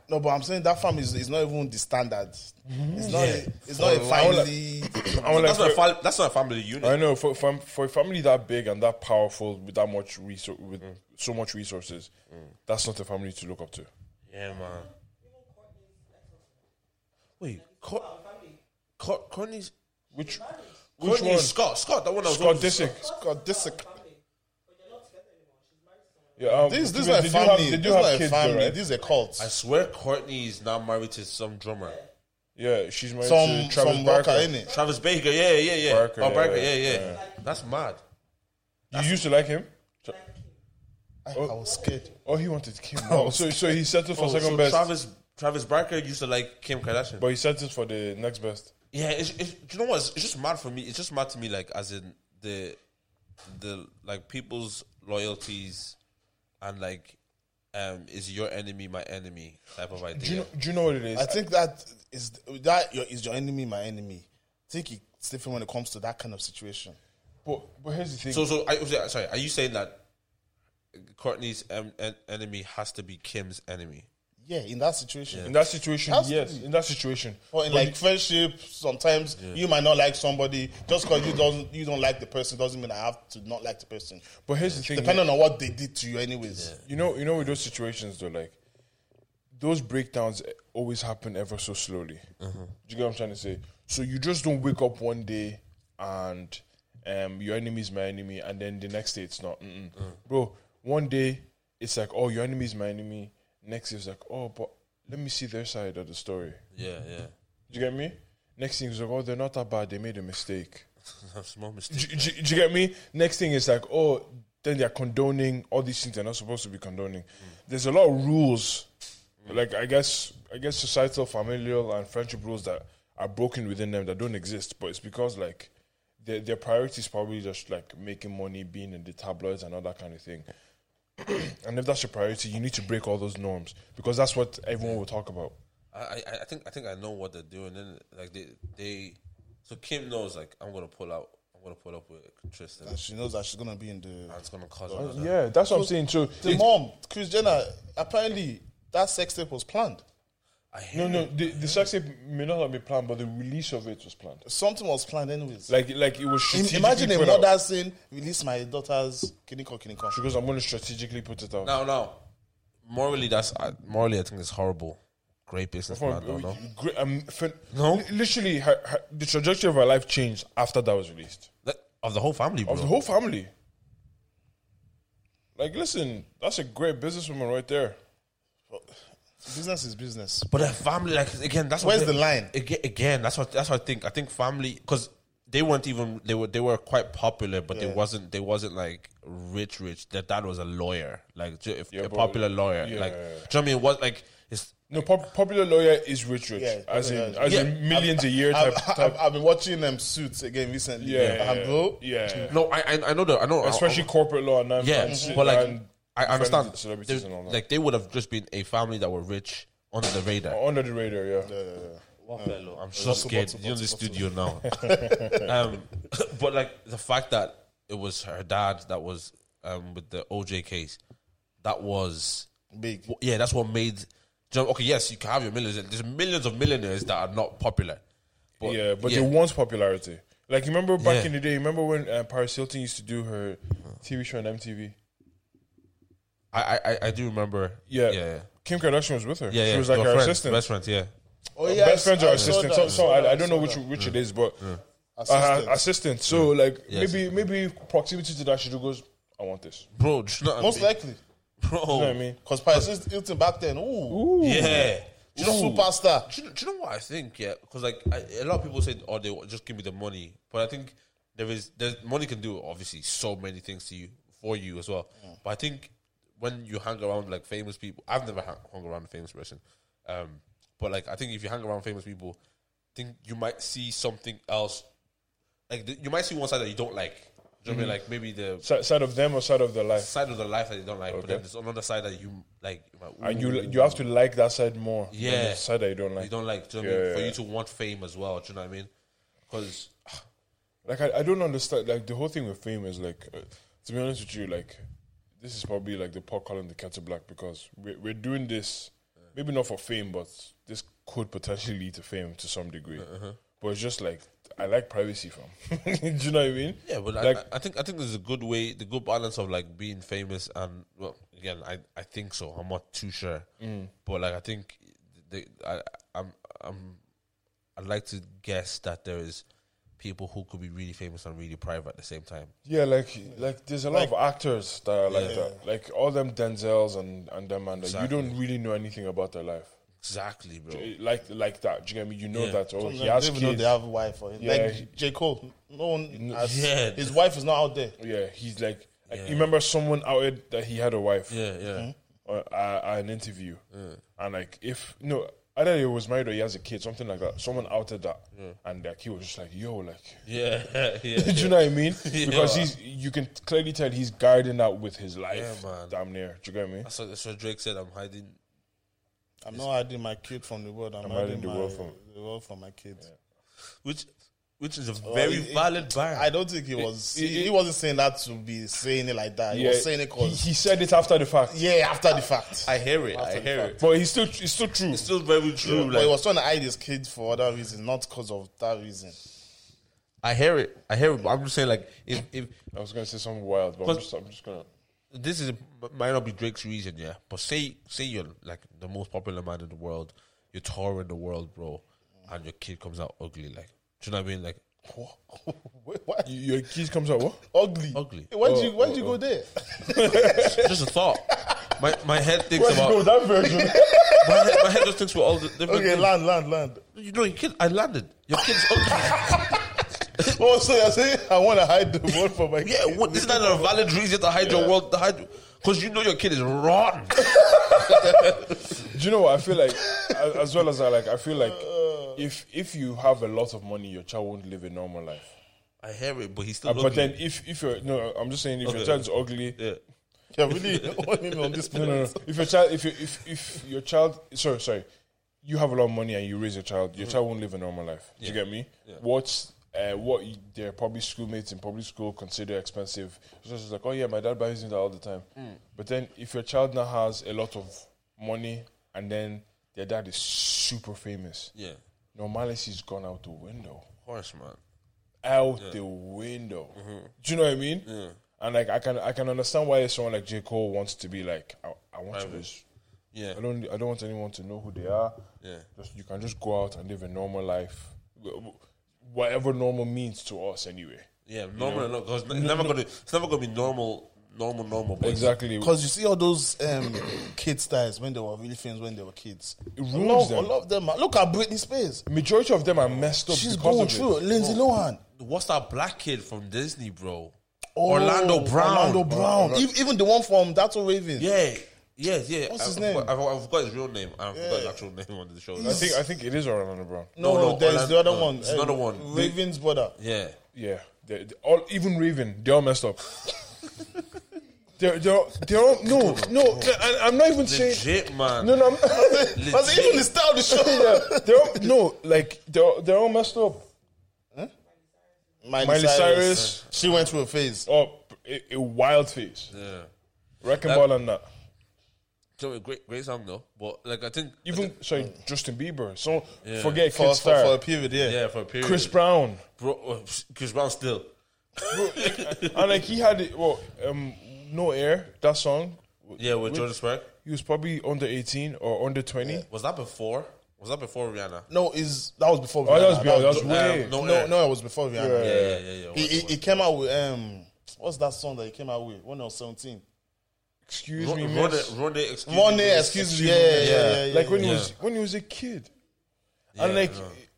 No, but I'm saying that family is, is not even the standard. It's not.
Mm-hmm. Yeah.
It's not a family.
I want
that's
like
not a fam- that's not a family unit.
I know for, for for a family that big and that powerful with that much resource with
Mm.
so much resources, that's not a family to look up to.
Yeah, man. Wait, Cor- Cor- Courtney's
Which which
Courtney
one?
Scott Scott. That one I was
Scott
on-
Disick.
God, this.
Yeah, um,
This, this is
they
not a
do
family.
Have, they do
this
have
is not a
kids,
family.
Though, right?
This is a cult.
I swear Courtney is now married to some drummer.
yeah, she's married
Some
to Travis
some
Barker.
rocker, innit?
Travis Baker, yeah, yeah, yeah.
Barker,
oh,
yeah,
Barker, yeah,
yeah,
yeah. That's mad.
You used to like him.
I, I was scared.
Oh, he wanted Kim. Oh, so so he settled for
Oh,
second
so
best.
Travis Travis Barker used to like Kim Kardashian.
But he sentenced for the next best.
yeah, it's, it's, do you know what? It's, it's just mad for me. It's just mad to me, like as in the the like people's loyalties and like um is your enemy my enemy type of idea.
Do you, know, do you know what it is?
I think that is that your, is your enemy my enemy. I think it's different when it comes to that kind of situation.
but, but here's the thing.
So, so I, was- sorry. Are you saying that Courtney's um, en- enemy has to be Kim's enemy?
Yeah, in that situation.
in that situation,
Has to
yes.
be.
In that situation,
Or in
But
like friendship, sometimes you might not like somebody just because you don't you don't like the person doesn't mean I have to not like the person.
But here's the thing.
Depending on what they did to you, anyways.
You know, you know, with those situations though, like those breakdowns always happen ever so slowly. Do you get what I'm trying to say? So you just don't wake up one day and um, your enemy is my enemy, and then the next day it's not, Mm-mm. bro. One day it's like, oh, your enemy is my enemy. Next day it's like, oh, but let me see their side of the story.
Yeah, yeah.
Do you get me? Next thing is like, oh, they're not that bad. They made a mistake.
Small
Do,
mistake.
do- do you get me? Next thing is like, oh, then they're condoning all these things they're not supposed to be condoning. There's a lot of rules, like I guess, I guess societal, familial, and friendship rules that are broken within them that don't exist. But it's because like their their priorities probably just like making money, being in the tabloids, and all that kind of thing. and if that's your priority, you need to break all those norms because that's what everyone will talk about.
I, I, I think, I think I know what they're doing. And like they, they, so Kim knows like I'm gonna pull out. I'm gonna pull up with Tristan.
And she knows that she's gonna be in the
That's gonna cause. another-
Yeah, that's what I'm saying. So
the mom, Chris Jenner. Apparently, that sex tape was planned.
I hate
no, no, the, the sex tape may not have been planned, but the release of it was planned.
Something was planned, anyways.
Like, like it was.
Im-
strategically
imagine a
put out.
mother saying, "Release my daughter's kiniko kiniko."
She goes, I'm going to strategically put it out.
Now, now, morally, that's uh, morally. I think it's horrible. Great business
From-
plan. though, no?
Great, um, fin-
No.
li- Literally, her, her, the trajectory of her life changed after that was released.
That- of the whole family, bro.
Of the whole family. Like, listen, that's a great businesswoman right there.
Business is business.
But a family, like again, that's
Where's
what
the line?
Again, again, that's what that's what I think. I think family because they weren't even they were they were quite popular, but they
Yeah.
wasn't they wasn't like rich rich. Their dad was a lawyer, like ju- if, a
but-
popular lawyer.
yeah.
Like, do you know what I mean? What like it's
No, pop, popular lawyer is rich, rich.
Yeah,
as in,
popular-
as
Yeah.
in millions a year
I've,
type.
I've,
type
I've been watching them suits again recently. Uh-huh.
yeah,
And bro,
yeah.
no, I I, I know that I know
Especially corporate law and
I, yeah, but like I understand
celebrities
they-
and all that.
like they would have just been a family that were rich under the radar.
under the radar, yeah.
Hello, I'm so scared. You're in the studio now. um, but like the fact that it was her dad that was um, with the OJ case, that was
big.
w- yeah, that's what made. do you know- Okay, yes, you can have your millions. There's millions of millionaires that are not popular. But
yeah, but they want popularity. Like remember back
Yeah.
in the day, remember when uh, Paris Hilton used to do her TV show on MTV?
I, I I- I do remember.
Yeah,
yeah, yeah.
Kim Kardashian was with her.
yeah
she
yeah.
was like
Your
her
friends,
assistant,
best friends. Yeah,
Oh
best,
yeah,
friend or
I saw
assistant.
that,
so
I
so
saw that,
I, I don't know
saw
which
that.
which it is, but assistant.
Assistant.
Uh, assistant. So like
Yes.
maybe maybe proximity to that, she just goes, "I want this."
bro. do you know what I
Most
mean?
likely,
bro.
You know what I mean?
because Paris Hilton back then, ooh,
Yeah. Do you know who-
superstar.
do you, do you know what I think? Yeah, because like I, a lot of people said, "Oh, they wa- just give me the money," but I think there is there's money can do obviously so many things to you for you as well. But I think when you hang around like famous people, I've never hung, hung around a famous person, um, but like I think if you hang around famous people, I think you might see something else. Like th- you might see one side that you don't like. Do
Mm-hmm.
you know what I mean? Like maybe the
Si- side of them or side of their life,
side of the life that you don't like, but then there's another side that you like. you're like,
and
"Ooh."
you you have to like that side more. than
Yeah.
the side that you don't like.
you don't like. Do you know what I mean?
Yeah,
For
yeah.
you to want fame as well. Do you know what I mean? Because
like I, I don't understand like the whole thing with fame is like uh, to be honest with you like this is probably like the pot calling the kettle black because we're, we're doing this maybe not for fame but this could potentially lead to fame to some degree but it's just like i like privacy fam do you know what i mean
yeah, but
like
I, I think I think there's a good way, the good balance of like being famous and well, again, I, I think so. I'm not too sure, but like I think they, I I'm I'm I'd like to guess that there is people who could be really famous and really private at the same time.
yeah like like there's a lot of actors that are like that like all them denzels and and them and like, you don't really know anything about their life
Exactly, bro.
like like that do you get me you know
Yeah.
that oh he
I
has
don't even know
kids
they have wife. Or,
Yeah.
Like J Cole, no one. Has,
Yeah.
his wife is not out there.
yeah he's like I
Yeah.
you remember someone out that he had a wife
Yeah, yeah.
on uh, at, at an interview, and like if no, either he was married or he has a kid, something like that. Someone outed that, and their kid was just like, "Yo, like."
Yeah,
Do
yeah.
you know what I mean?
Yeah.
Because he's, you can clearly tell he's guarding that with his life,
Yeah, man.
damn near. Do you get me?
So, so Drake said, "I'm hiding."
I'm not hiding my kid from the world. I'm, hiding, the, world from, the world from my kids.
which which is a very valid bar.
I don't think he was. he, he wasn't saying that to be saying it like that. He was saying it
he,
because
he said it after the fact,
yeah, after the fact.
I hear it. I hear it.
but he's still it's still true.
It's still very true.
but
like
he was trying to hide his kid for other reasons, not because of that reason.
I hear it. I hear it. But I'm just saying, like if if
I was gonna say something wild, but I'm just, I'm just gonna.
this is might not be Drake's reason, yeah. But say say you're like the most popular man in the world, you're touring the world, bro, and your kid comes out ugly. Like, do you know what I mean? Like,
What? what?
You- Your kid comes out what?
Ugly.
Ugly.
Why did you Why did you go there?
just a thought. My my head thinks
Let's go
about
that version.
my head, my head just thinks about all the different.
Okay,
things.
land, land, land.
you know, your kid. I landed. Your kid's ugly.
Oh, so you're saying I want to hide the world from my
yeah,
kid?
what, isn't that a valid reason to hide your world? To hide because you know your kid is rotten.
Do you know what I feel like? as as well as I like, I feel like
Uh.
if if you have a lot of money, your child won't live a normal life.
I hear it, but he's still.
Uh, But
ugly.
then if if you're no, I'm just saying if your
Okay.
child's ugly,
yeah.
You're really
Oh,
on him on this
no, no, no. If your child, if you, if if your child, sorry, sorry, you have a lot of money and you raise your child, your child won't live a normal life. Do you get me? What's uh, what you- their public schoolmates in public school consider expensive? It's just like, oh yeah, my dad buys me that all the time. But then if your child now has a lot of money and then their dad is super famous,
yeah,
normality's gone out the window
horse man.
out the window.
Mm-hmm.
Do you know what I mean? And like I can I can understand why someone like J Cole wants to be like I, I want to just
Yeah,
I don't I don't want anyone to know who they are.
Yeah.
just you can just go out and live a normal life, whatever normal means to us anyway.
Yeah, normal or not, because it's never gonna, it's never gonna be normal, normal, normal. But
Exactly,
Because you see all those um, kid stars when they were really famous when they were kids.
It ruins
a lot,
them.
A lot of them. Are, look at Britney Spears.
majority of them are messed up.
She's
because
going
of it.
through. it. Lindsay Lohan.
what's that black kid from Disney, bro?
Oh,
Orlando Brown. Oh,
Orlando Brown. Ev- Even the one from That's All Ravens.
Yeah, yeah, yeah.
What's
I-
his
I
name?
forgot- I, forgot- I forgot his real name. I forgot his actual name on the show.
I think I think it is Orlando Brown.
No, no,
No, no,
there's
Orlando-
the other
no,
one. Um,
it's another one.
Ravens brother.
yeah,
Yeah, they they- all even Raven, they all messed up. they're they're all- they're all no no. I, I'm not even saying
legit man.
no no. I'm,
That's even the style of the show.
yeah, they're all, no, like they're all- they're all messed up.
Miley,
Miley Cyrus.
She went through a phase.
Oh, a, a wild face,
Yeah,
wrecking ball and that.
so a great, great song though. But like I think
Even sorry, Justin Bieber. So forget
For,
Kid
for, for
Star,
a period, yeah.
yeah, for a period,
Chris Brown,
Bro, uh, Chris Brown still.
and like he had it- well, um, no air that song.
Yeah, with Jordan Spark.
He was probably under eighteen or under twenty.
Was that before? Was that before Rihanna?
No, is that was before.
Oh, that was
Rihanna.
beyond. That was
Um,
way.
no,
no, no, it was before Rihanna.
Yeah, yeah, yeah. yeah.
He, he, he came out with um, what's that song that he came out with when I was seventeen?
Excuse
Run,
me,
run,
miss.
it- run it, excuse
One
me,
day,
miss.
excuse me. Yeah, yeah, yeah. yeah,
like when
yeah.
he was when he was a kid, and like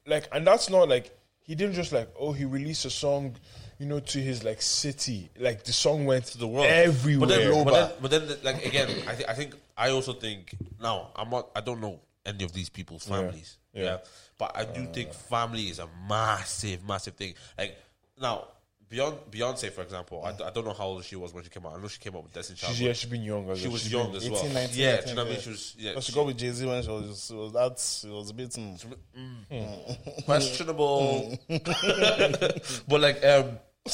like and that's not like he didn't just like oh he released a song, you know, to his like city. Like the song went to
the world
everywhere.
But then, but
Global.
then, but then like again, I, th- I think I also think now I'm not. I don't know any of these people's families. Yeah,
Yeah. Uh.
but I do think family is a massive, massive thing. Like now, beyond Beyonce, for example, I, d- I don't know how old she was when she came out. I know she came out with Destiny's Child.
she's, yeah, she's been young.
she was young as well.
18, 19,
yeah,
I
do you
think,
know what I
yeah.
mean? She was yeah.
But she got with Jay Z when she was, she was that she was a bit. mm.
questionable,
Mm.
but like um,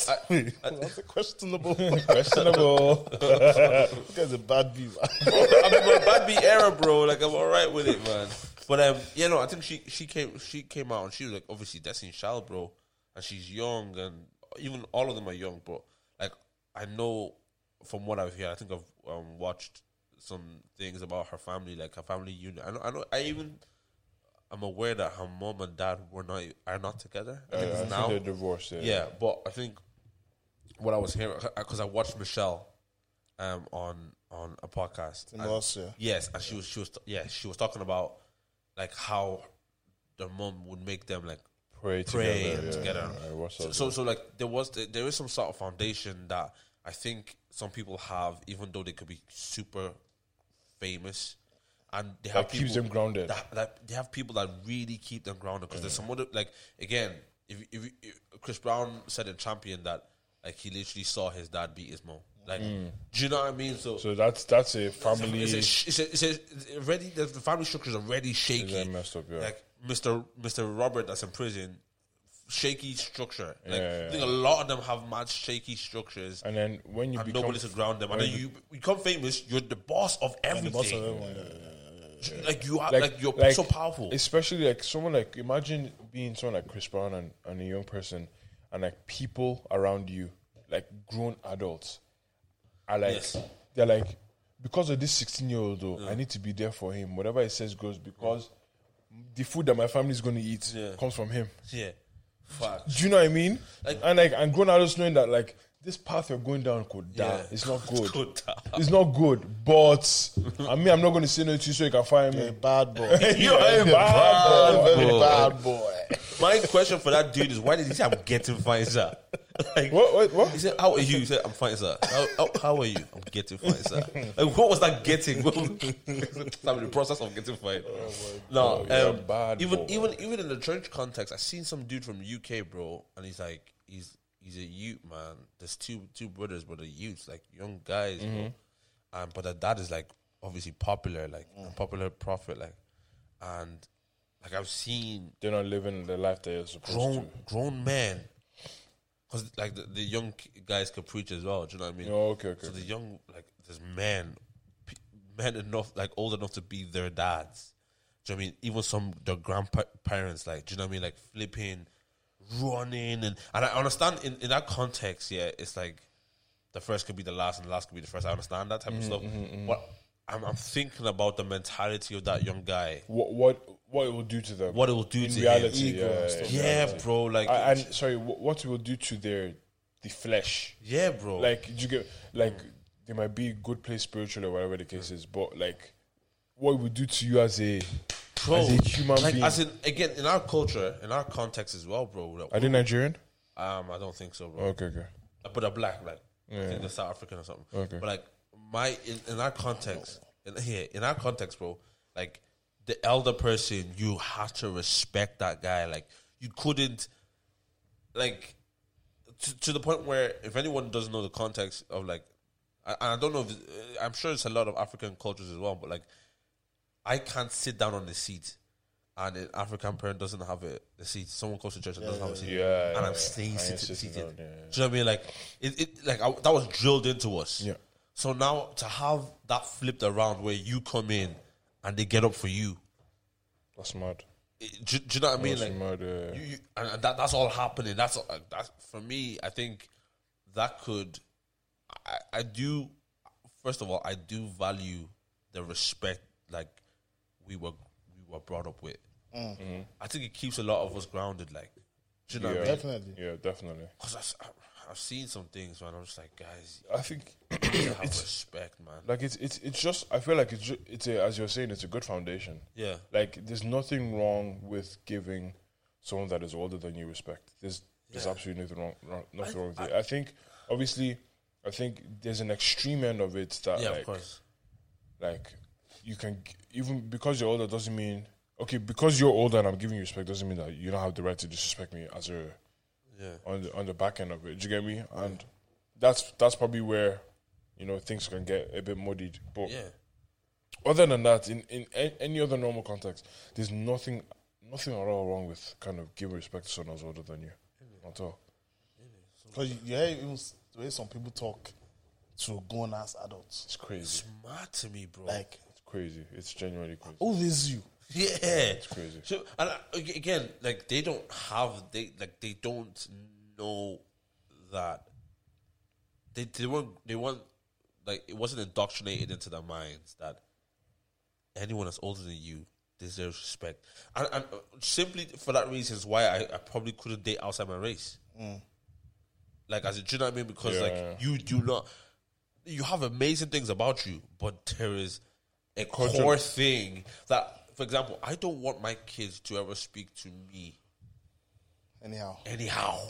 I,
That's a questionable.
Questionable.
That's a bad view.
I'm in my bad beat era, bro. Like I'm all right with it, man. But um, you know, I think she she came she came out and she was like obviously Destiny's Child, bro, and she's young and even all of them are young, bro. Like I know from what I've heard, I think I've um, watched some things about her family, like her family unit. I know, I know, I even I'm aware that her mom and dad were not are not together. I
I
think it's
think
now,
they're divorced. Yeah.
yeah, but I think what I was hearing because I watched Michelle um, on on a podcast. and-
Russia.
Yes, and she was she was yeah she was talking about like how the mom would make them like
Pray
pray
together.
and
yeah,
together.
yeah, I watched
so,
that.
so so, like there was there is some sort of foundation that I think some people have, even though they could be super famous, and they have
That keeps
people
them grounded.
That, that they have people that really keep them grounded because there's some other like again, if, if if Chris Brown said in Champion that like he literally saw his dad beat his mom. Like, do you know what I mean? So.
Mm. So that's that's a family.
it's a, sh- it's a, it's a, already the, the family structure is already shaky.
It's messed up, yeah.
Like Mr. Mr. Robert that's in prison, shaky structure. Like
Yeah, yeah,
I think a lot of them have mad shaky structures
and then when you
and
become
nobody to ground them. And then you become famous, you're the boss of everything.
Most of everyone, yeah.
Like you are, like,
Like-
you're
like,
so powerful.
especially like someone like imagine being someone like Chris Brown and, and a young person, and like people around you, like grown adults, are like
Yes.
they're like because of this sixteen year old though, I need to be there for him. Whatever he says goes because the food that my family is going to eat
Yeah.
comes from him.
Yeah, fuck.
Do you know what I mean?
Like-
and like and grown adults knowing that like this path you're going down could die.
Yeah.
It's not good.
Good time.
It's not good, but I mean, I'm not going to say no to you so you can fire me.
A bad boy.
You're a bad boy.
Very
boy.
bad boy.
My question for that dude is why did he say I'm getting fine, sir? Like
What? What?
He
What?
said, "How are you?" He said, "I'm fine, sir." How, how, how are you? I'm getting fine, sir. Like, what was that getting? What was- I'm in the process of getting fine. no,
Oh, you're a
um,
bad
even
boy.
even even in the church context, I seen some dude from UK, bro, and he's like, he's he's a youth man. There's two two brothers, but they're youths, like young guys, bro. And but the dad is like obviously popular, like a popular prophet, like, and like I've seen
They're not living the life they're supposed
grown grown men, because like the, the young k- guys could preach as well. Do you know what I mean?
to. Oh, okay, okay.
So the young like there's men, p- men enough like old enough to be their dads. Do you know what I mean? Even some their grandparents like do you know what I mean? Like flipping, running, and and I understand in, in that context. Yeah, it's like the first could be the last, and the last could be the first. I understand that
Mm-hmm,
type of stuff. But I'm I'm thinking about the mentality of that young guy.
what? What? What it will do to them?
What it will do
in
to
reality?
him.
Yeah, yeah, yeah.
Yeah, bro. Like,
I- and sorry, wh- what it will do to their the flesh?
yeah, bro.
Like you get like they might be good place spiritually or whatever the case is, but like what it will do to you as a
bro,
as a human
like,
being?
As in, again, in our culture, in our context as well, bro. like,
Are they Nigerian? Oh,
um, I don't think so, bro.
Okay, okay.
But a black, like I think they're South African or something.
Okay.
But like my in, in our context, in, here in our context, bro, like the elder person, you had to respect that guy. Like you couldn't, like to, to the point where if anyone doesn't know the context of like, I, I don't know. If, uh, I'm sure it's a lot of African cultures as well, but like I can't sit down on the seat. And an African parent doesn't have a, a seat. Someone goes to church and doesn't have a seat,
yeah,
and
yeah,
I'm
yeah.
staying
And you're
seated.
sitting
seated.
down, yeah, yeah.
Do you know what I mean? Like it, it like I, that was drilled into us.
Yeah.
So now to have that flipped around where you come in and they get up for you,
That's mad.
it- do, do you know what I mean?
That's
Like
mad. Uh,
you, you and, and that that's all happening. That's all- that's for me. I think that could. I, I do. First of all, I do value the respect like we were we were brought up with. I think it keeps a lot of us grounded. Like, do you know what I
Mm-hmm. Yeah.
mean?
Definitely.
yeah, definitely.
Because I've, I've seen some things, man. I'm just like, guys,
I think
you have respect, man.
like it's it's it's just I feel like it's ju- it's a, as you're saying it's a good foundation.
Yeah.
Like there's nothing wrong with giving someone that is older than you respect. There's there's absolutely nothing wrong, wrong nothing wrong with it. I think obviously I think there's an extreme end of it that
Yeah,
like
of course.
like you can g- even because you're older doesn't mean okay because you're older and I'm giving you respect doesn't mean that you don't have the right to disrespect me as a
Yeah.
on the on the back end of it. Do you get me? And that's that's probably where you know things can get a bit muddied. But
Yeah.
other than that, in, in a- any other normal context, there's nothing nothing at all wrong with kind of giving respect to someone who's older than you. Not at all.
Because you, you hear even s- the way some people talk to grown ass adults.
It's crazy.
It's mad to me, bro.
Like,
It's crazy. It's genuinely crazy.
who raised you?
yeah. It's
crazy.
So, and I, ag- again, like, they don't have, they, like, they don't know that. They, they weren't, they weren't, like, it wasn't indoctrinated into their minds that anyone that's older than you deserves respect. And, and uh, simply for that reason is why I, I probably couldn't date outside my race. Like, as a, do you know what I mean? Because, like,
Yeah.
you do not, you have amazing things about you, but there is a core thing that, for example, I don't want my kids to ever speak to me
Anyhow.
anyhow.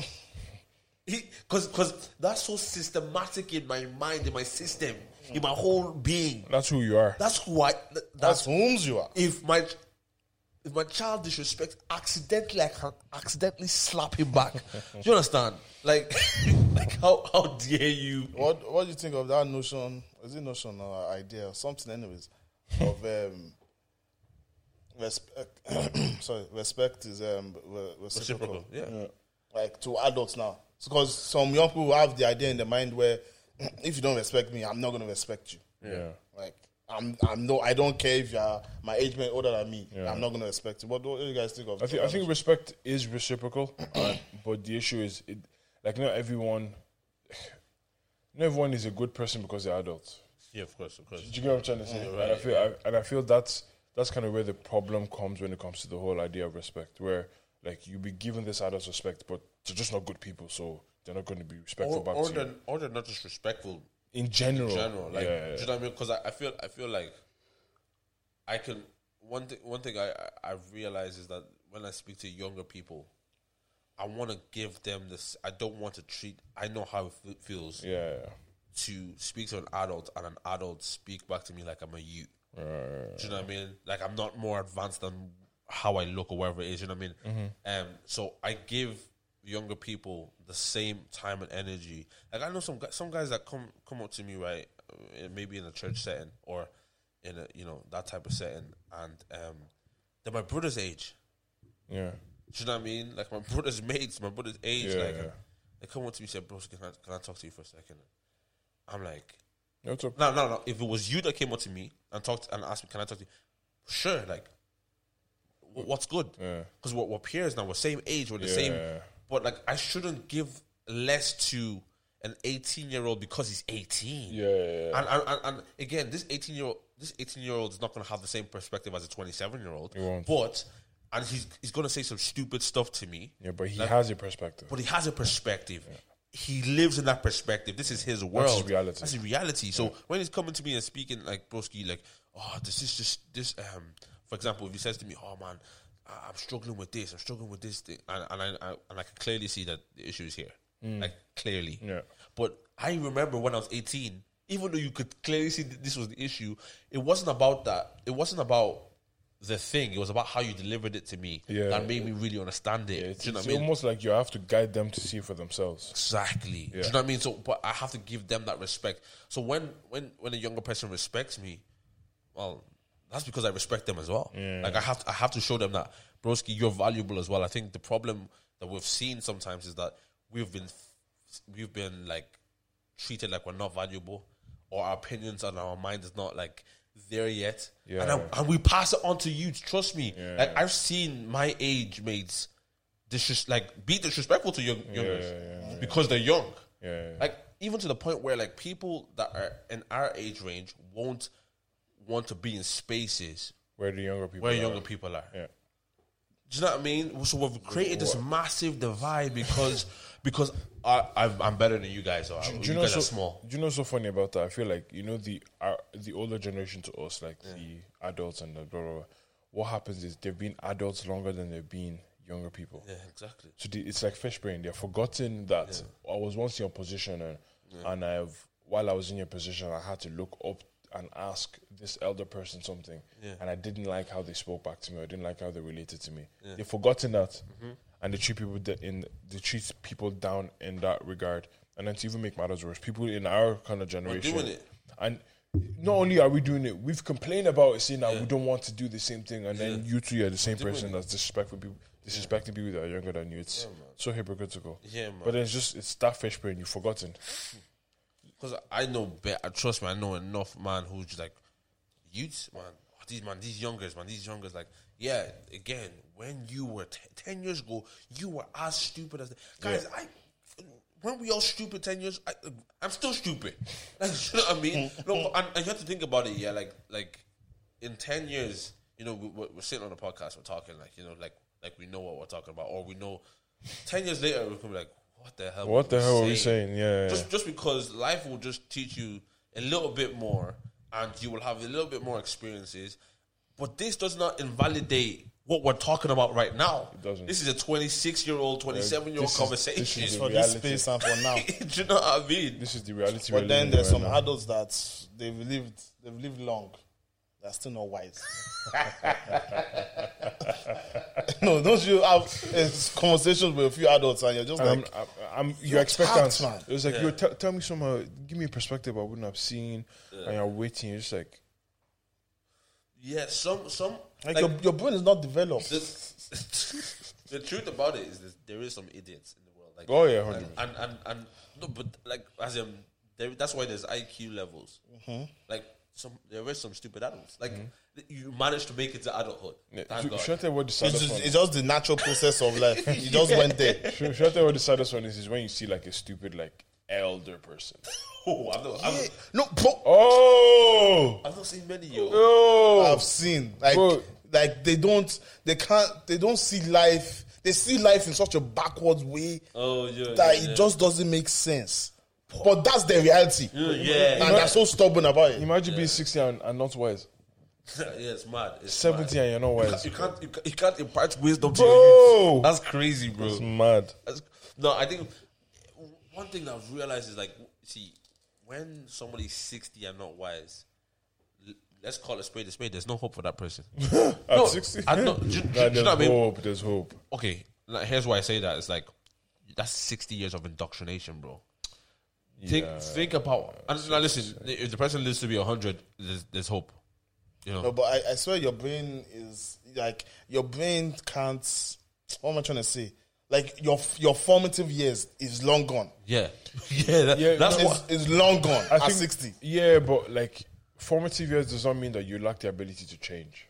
Because that's so systematic in my mind, in my system. in my whole being.
That's who you are.
That's who I. th-
That's
That's
whom's you are.
if my if my child disrespects accidentally, I can accidentally slap him back. Do you understand? Like, like how how dare you?
What What do you think of that notion? Is it notion or idea or something? Anyways, of um, respect. sorry, respect is um re- reciprocal.
Reciprocal, yeah.
Like to adults now, because some young people have the idea in their mind where if you don't respect me, I'm not gonna respect you.
Yeah.
Like I'm, I'm no, I don't care if you're my age mate older than me. I'm not gonna respect you. What, do- what do you guys think of?
I think I think respect is reciprocal, uh, but the issue is it like not everyone, not everyone is a good person because they're adults.
Yeah, of course, of course.
Do you get what I'm trying to say? and I feel I, and I feel that's that's kind of where the problem comes when it comes to the whole idea of respect, where like you be given this adult respect, but they're just not good people, so they're not going to be respectful
Or,
back
or,
to
they're, or they're not just respectful
you in general.
in general. Like,
yeah, yeah,
do you know what I mean? Because I, I feel I feel like I can one thing one thing I I- I've realized is that when I speak to younger people, I want to give them this. I don't want to treat. I know how it fe- feels
yeah, yeah.
to speak to an adult and an adult speak back to me like I'm a you. Do you know what I mean? Like I'm not more advanced than how I look or whatever it is. You know what I mean? Um, so I give younger people the same time and energy. Like I know some guys, some guys that come come up to me right, uh, maybe in a church setting or in a you know that type of setting, and um, they're my brother's age.
yeah.
Do you know what I mean? Like my brother's mates, my brother's age.
Yeah,
like
yeah.
they come up to me and say, "Bro, can I, can I talk to you for a second? I'm like,
No, it's okay.
no, no, no. If it was you that came up to me and talked and asked me, can I talk to you? Sure, like, wh- what's good?
Yeah.
Because we're, we're peers now, we're same age, we're the same.
Yeah.
But like, I shouldn't give less to an 18 year old because he's 18.
Yeah, yeah, yeah.
And, and, and, and again, this 18 year old, this 18 year old is not going to have the same perspective as a 27 year old.
won't.
But, and he's, he's going to say some stupid stuff to me
Yeah, but he has a perspective.
but he has a perspective. He lives in that perspective. This is his world.
his reality.
That's his reality. So when he's coming to me and speaking like broski, like, oh, this is just this. Um, for example, if he says to me, "Oh man, I- I'm struggling with this. I'm struggling with this," thing, and, and I, I and I can clearly see that the issue is here, like clearly.
Mm. Yeah.
But I remember when I was 18, even though you could clearly see that this was the issue, it wasn't about that. It wasn't about the thing. It was about how you delivered it to me
Yeah.
that made me really understand it.
It's,
Do you know
it's
what I mean?
almost like you have to guide them to see for themselves.
Exactly. Do
Yeah.
you know what I mean? So, but I have to give them that respect. So when when when a younger person respects me, well, that's because I respect them as well. Like I have to, I have to show them that, broski, you're valuable as well. I think the problem that we've seen sometimes is that we've been we've been like treated like we're not valuable, or our opinions and our mind is not like there yet. And, I, and we pass it on to you. Trust me. Like I've seen my age mates disres- like be disrespectful to young youngers because they're young.
Yeah, yeah.
Like even to the point where like people that are in our age range won't want to be in spaces
Where the younger people
where
are.
younger people are.
Yeah.
Do you know what I mean? So we've created this massive divide because because I, I've, I'm better than you guys are.
Do
you,
you know
guys
so,
are small.
Do you know so funny about that? I feel like you know the our, the older generation to us, like the adults and the blah, blah blah. What happens is they've been adults longer than they've been younger people.
Yeah, exactly.
So the, it's like fish brain. They've forgotten that I was once in your position, and, and I've while I was in your position, I had to look up and ask this elder person something, and I didn't like how they spoke back to me. I didn't like how they related to me. They've forgotten that,
Mm-hmm.
and they treat people da- in they treat people down in that regard. And then to even make matters worse, people in our kind of generation
doing it.
and not only are we doing it, we've complained about it, saying that we don't want to do the same thing, and then you two are the same person that's disrespectful people, disrespecting people that are younger than you. It's so hypocritical.
Yeah, man.
But then it's just it's that fish brain you've forgotten.
Because I know better. Trust me, I know enough, man. Who's just like youths, man. Oh, these man, these youngers, man, these youngers. Like, yeah. Again, when you were t- ten years ago, you were as stupid as the guys. I weren't we all stupid ten years? I, I'm still stupid. Like, you know what I mean? no, but- and, and you have to think about it. Yeah, like like in ten years, you know, we, we're, we're sitting on a podcast, we're talking, like you know, like like we know what we're talking about, or we know. Ten years later, we're gonna be like, what the hell?
What
were
the hell are we saying? Yeah,
just just because life will just teach you a little bit more and you will have a little bit more experiences But this does not invalidate what we're talking about right now. It
doesn't.
This is a 26 year old, 27 year old
This is-
conversation.
this is
for
Reality.
this space and for now.
Do you know what I mean?
This is the reality.
but
we're
then
living
there's
right
some
now.
adults that they've lived they've lived long. They're still not wise. no, don't you have uh, conversations with a few adults and you're just
And
Um,
like,
I'm, I'm, I'm you
You're
expect
tapped,
answer.
man.
It was like, yo, t- tell me some, uh, give me a perspective I wouldn't have seen, and you're waiting. You're just like,
Yeah, some some
like,
like,
your, your brain is not developed.
the, the truth about it is that there is some idiots in the world. Like,
Oh, yeah,
and
100%.
and, and and no, but like as in, there, that's why there's IQ levels.
Mm-hmm.
Like some there were some stupid adults. Like th- you managed to make it to adulthood. Thank
Sh-
God.
should I tell Mm-hmm. you what the
It's
saddest
just,
one?
it's just the natural process of life. You just went there.
Should, should I tell you what the saddest one is? Is when you see like a stupid like elder person.
Oh, I've not, I've,
No, bro,
Oh,
I've not seen many yo.
oh,
I've seen like
Bro.
like they don't they can't they don't see life. They see life in such a backwards way
Oh yeah,
that
yeah,
it just doesn't make sense. But that's the reality.
yeah, yeah,
And they're so stubborn about it.
Imagine being 60 and, and not wise.
yeah, it's mad. It's
70
mad.
and you're not wise.
You can't, you can't you can't impart wisdom to your
Bro!
youth. That's crazy, bro.
It's mad.
That's- no, I think one thing I've realized is like, see, when somebody's 60 and not wise, l- let's call a spade a spade. There's no hope for that person.
At
No,
60?
I know- do- do-
Nah,
do you know
there's
what I mean?
hope. There's hope.
Okay, like, here's why I say that. It's like, that's 60 years of indoctrination, bro. Think, think about. And now listen, if the person lives to be 100, there's, there's hope. You know?
No, but I, I swear your brain is like your brain can't. What am I trying to say? Like your your formative years is long gone.
Yeah. yeah, that-
Yeah,
that's
no,
what.
It's, it's long gone
I
at
think-
sixty.
Yeah, but like formative years does not mean that you lack the ability to change.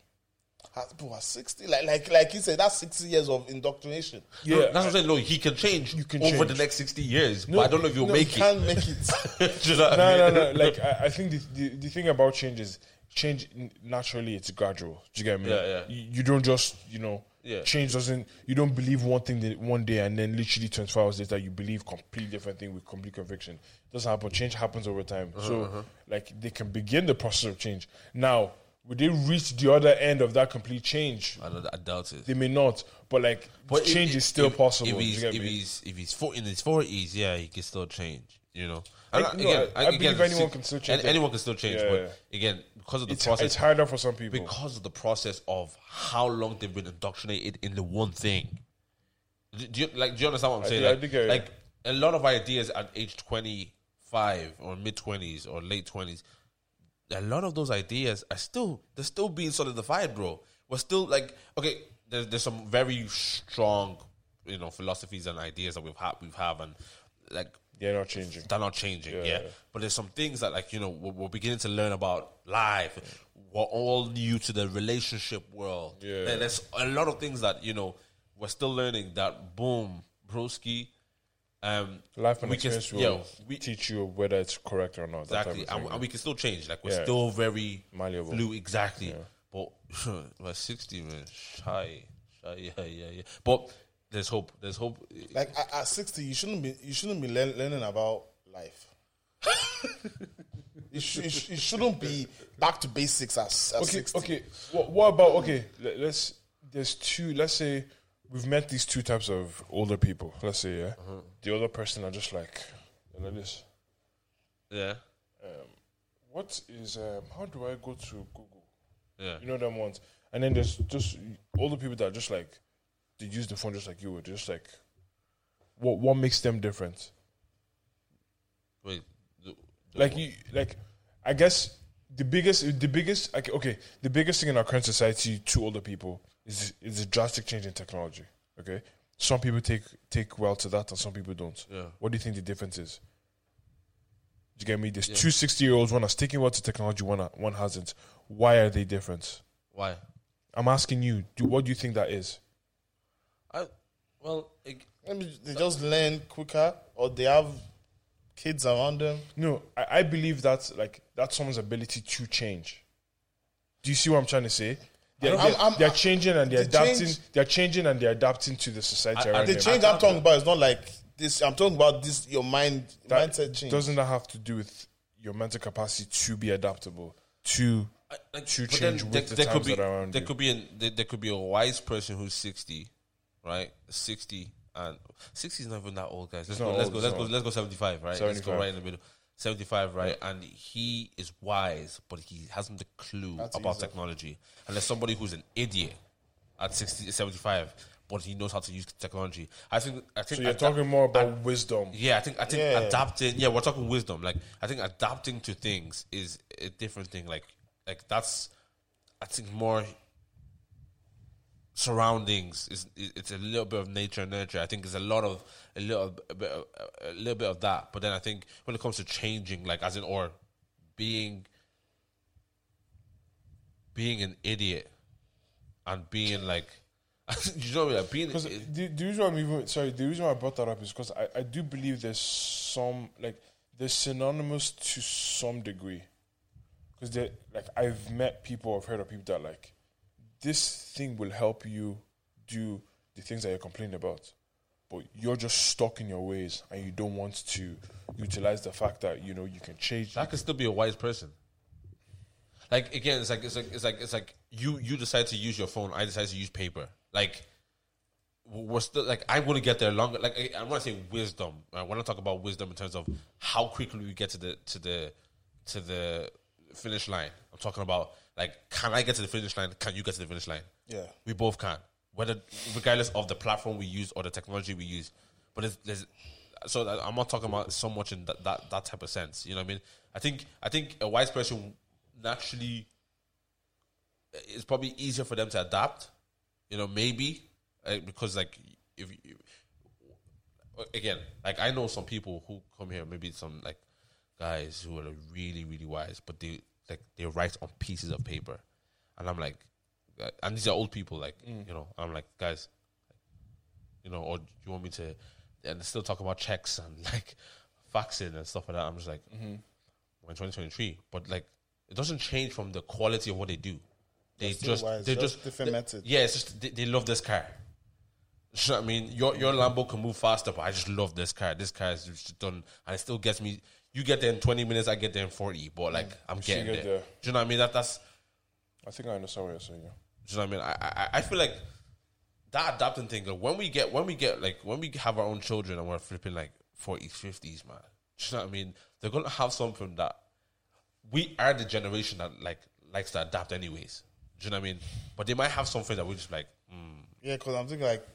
At, bro, at sixty, like like like you said, that's sixty years of indoctrination.
no, that's what I'm saying. No, he can change
can
over
change.
the next 60 years, but I don't know if you'll
You
make it.
can't make it.
Do you know what I
no,
mean?
no, no. Like I, I think the, the the thing about change is change n- naturally it's gradual. Do you get me?
Yeah, yeah.
You, you don't just you know.
Yeah.
Change doesn't. You don't believe one thing that one day and then literally twenty four hours later you believe completely different thing with complete conviction. doesn't happen. Change happens over time.
Uh-huh,
so like they can begin the process of change. Now would they reach the other end of that complete change?
I, don't, I doubt it.
They may not. But like
But
change
if-
is still
if-
possible.
If
do you
he's
get
if
me?
he's if he's four, in his forties, yeah, he can still change. You know,
I- no, I- I believe anyone can still change
an-
that.
Anyone can still change,
Yeah,
but again, because of the
it's,
process,
it's harder for some people.
because of the process of how long they've been indoctrinated in the one thing. Do, do you like? Do you understand what I'm saying?
do- I
like,
do get it.
like a lot of ideas at age 25 or mid 20s or late 20s, a lot of those ideas are still they're still being solidified, bro. We're still like okay, there's there's some very strong, you know, philosophies and ideas that we've had we've have and like
They're not changing.
they're not changing, yeah. But there's some things that, like, you know, we're, we're beginning to learn about life. We're all new to the relationship world.
Yeah.
There- There's a lot of things that, you know, we're still learning that, boom, broski. Um,
Life and
we can-
experience
yeah,
will
we-
teach you whether it's correct or not. that type
exactly.
of
And,
thing.
and we can still change. Like, we're
Yeah.
still very
Malleable.
fluid, exactly. But we're 60, man. Shy. Shy, yeah, yeah, yeah. But there's hope. There's hope.
like at, at sixty, you shouldn't be you shouldn't be learn, learning about life. it, sh- it, sh- it shouldn't be back to basics at, s- at
okay,
sixty.
okay. What, what about okay? Let, us There's two. Let's say we've met these two types of older people. Let's say yeah.
Uh-huh.
The other person are just like, they're like this.
Yeah.
What is? Um, how do I go to Google?
Yeah.
You know them ones. And then there's just older people that are just like they use the phone just like you would. Just like, what what makes them different?
Wait. the- the-
like you like i guess the biggest the biggest like, okay the biggest thing in our current society to older people is is a drastic change in technology okay some people take take well to that and some people don't
Yeah.
what do you think the difference is do you get me there's two 60 year olds one that's taking well to technology one one hasn't why are they different
Why?
i'm asking you do, what do you think that is
I, well, it,
Maybe they just learn quicker, or they have kids around them.
no i, I believe that's like that's someone's ability to change do you see what i'm trying to say they're,
I'm-
they're-
I'm-
they're changing and they're
the change-
adapting they're changing and they're adapting to the society
I- I
around
The
Yeah,
them.
change
I-
I'm talking about is not like this. I'm talking about this. Your mind
That
mindset change.
doesn't that have to do with your mental capacity to be adaptable to
I- like,
To
but
change
then
with
there,
the
there could
times
be
that are around
there
you.
could be an, there, there could be a wise person who's sixty, right? Sixty and sixty is not even that old, guys. Let's
not
go. Let's
old,
go.
it's
Let's
not
go.
old.
Let's go. Seventy-five, right? Let's go
75.
right in the middle. Seventy-five, right? And he is wise, but he hasn't a clue about technology. And there's somebody who's an idiot at 60, 75, but he knows how to use technology. I think. I think.
So you're
at that-
talking more about wisdom.
yeah, I think I think
Yeah.
adapting. Yeah, we're talking wisdom. Like I think adapting to things is a different thing. Like like that's I think more surroundings is it's a little bit of nature and nurture. I think it's a lot of a little bit of, a little bit of that. But then I think when it comes to changing, like as in or being being an idiot and being like you know what I mean? Like being
Because the, the reason why I'm even sorry, the reason why I brought that up is because I, I do believe there's some like they're synonymous to some degree. Because they like I've met people, I've heard of people that like this thing will help you do the things that you're complaining about, but you're just stuck in your ways and you don't want to utilize the fact that you know you can change.
That could still be a wise person. Like again, it's like it's like it's like it's like you you decide to use your phone. I decide to use paper. Like we're still like I want to get there longer. Like I, I want to say wisdom. I want to talk about wisdom in terms of how quickly we get to the to the to the finish line. I'm talking about like can I get to the finish line? Can you get to the finish line?
Yeah.
we both can. Whether regardless of the platform we use or the technology we use, but there's, there's so that- I'm not talking about so much in that, that that type of sense. You know what I mean? I think I think a wise person naturally it's probably easier for them to adapt. You know, maybe uh, because like if you, again, like I know some people who come here, maybe some like guys who are like, really really wise, but they like they write on pieces of paper, and I'm like, uh, and these are old people, like
Mm.
you know, I'm like guys, you know, or do you want me to, and still talk about checks and like faxing and stuff like that. I'm just like,
Mm-hmm.
we're in 2023, but like it doesn't change from the quality of what they do. They
still
just
wise,
they
just
just
different
they-
method.
Yeah, it's just they, they love this car. You know what I mean, your your Lambo can move faster, but I just love this car. This car is just done, and it still gets me. You get there in 20 minutes, I get there in 40, but like I'm getting there.
get there.
Do you know what I mean? That that's
I think I understand what you're saying. Yeah.
do you know what I mean? I, I I feel like that adapting thing. Like when we get when we get like when we have our own children and we're flipping like 40s, 50s, man. Do you know what I mean? They're gonna have something that we are the generation that like likes to adapt, anyways. Do you know what I mean? But they might have something that we just like, mm,
Yeah, because I'm thinking like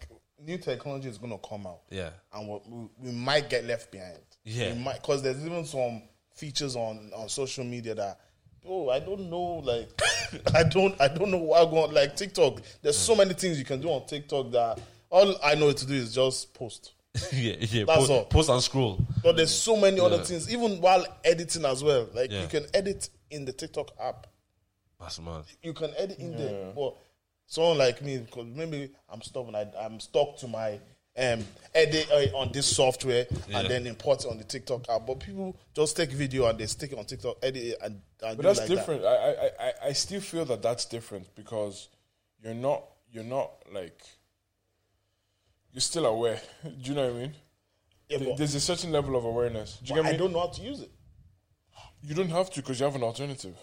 new technology is gonna come out.
yeah,
and we, we, we might get left behind.
Yeah.
we might because there's even some features on on social media that. Oh, I don't know. Like, I don't, I don't know what I want. Like TikTok, there's so many things you can do on TikTok that all I know to do is just post.
yeah, yeah.
That's
post,
all.
post and scroll.
But there's so many other
Yeah.
things, even while editing as well. Like,
Yeah.
you can edit in the TikTok app.
That's mad.
You can edit in there. But someone like me, because maybe I'm stubborn. I, I'm stuck to my um, edit uh, on this software
Yeah.
and then import it on the TikTok app. But people just take video and they stick it on TikTok, edit it, and, and
But
do it
that's
like that.
different. I I, I, I, I still feel that that's different because you're not you're not like you're still aware. Do you know what I mean?
Yeah,
Th-
but,
There's a certain level of awareness. Do you
but
get
I
me?
don't know how to use it.
you don't have to because you have an alternative.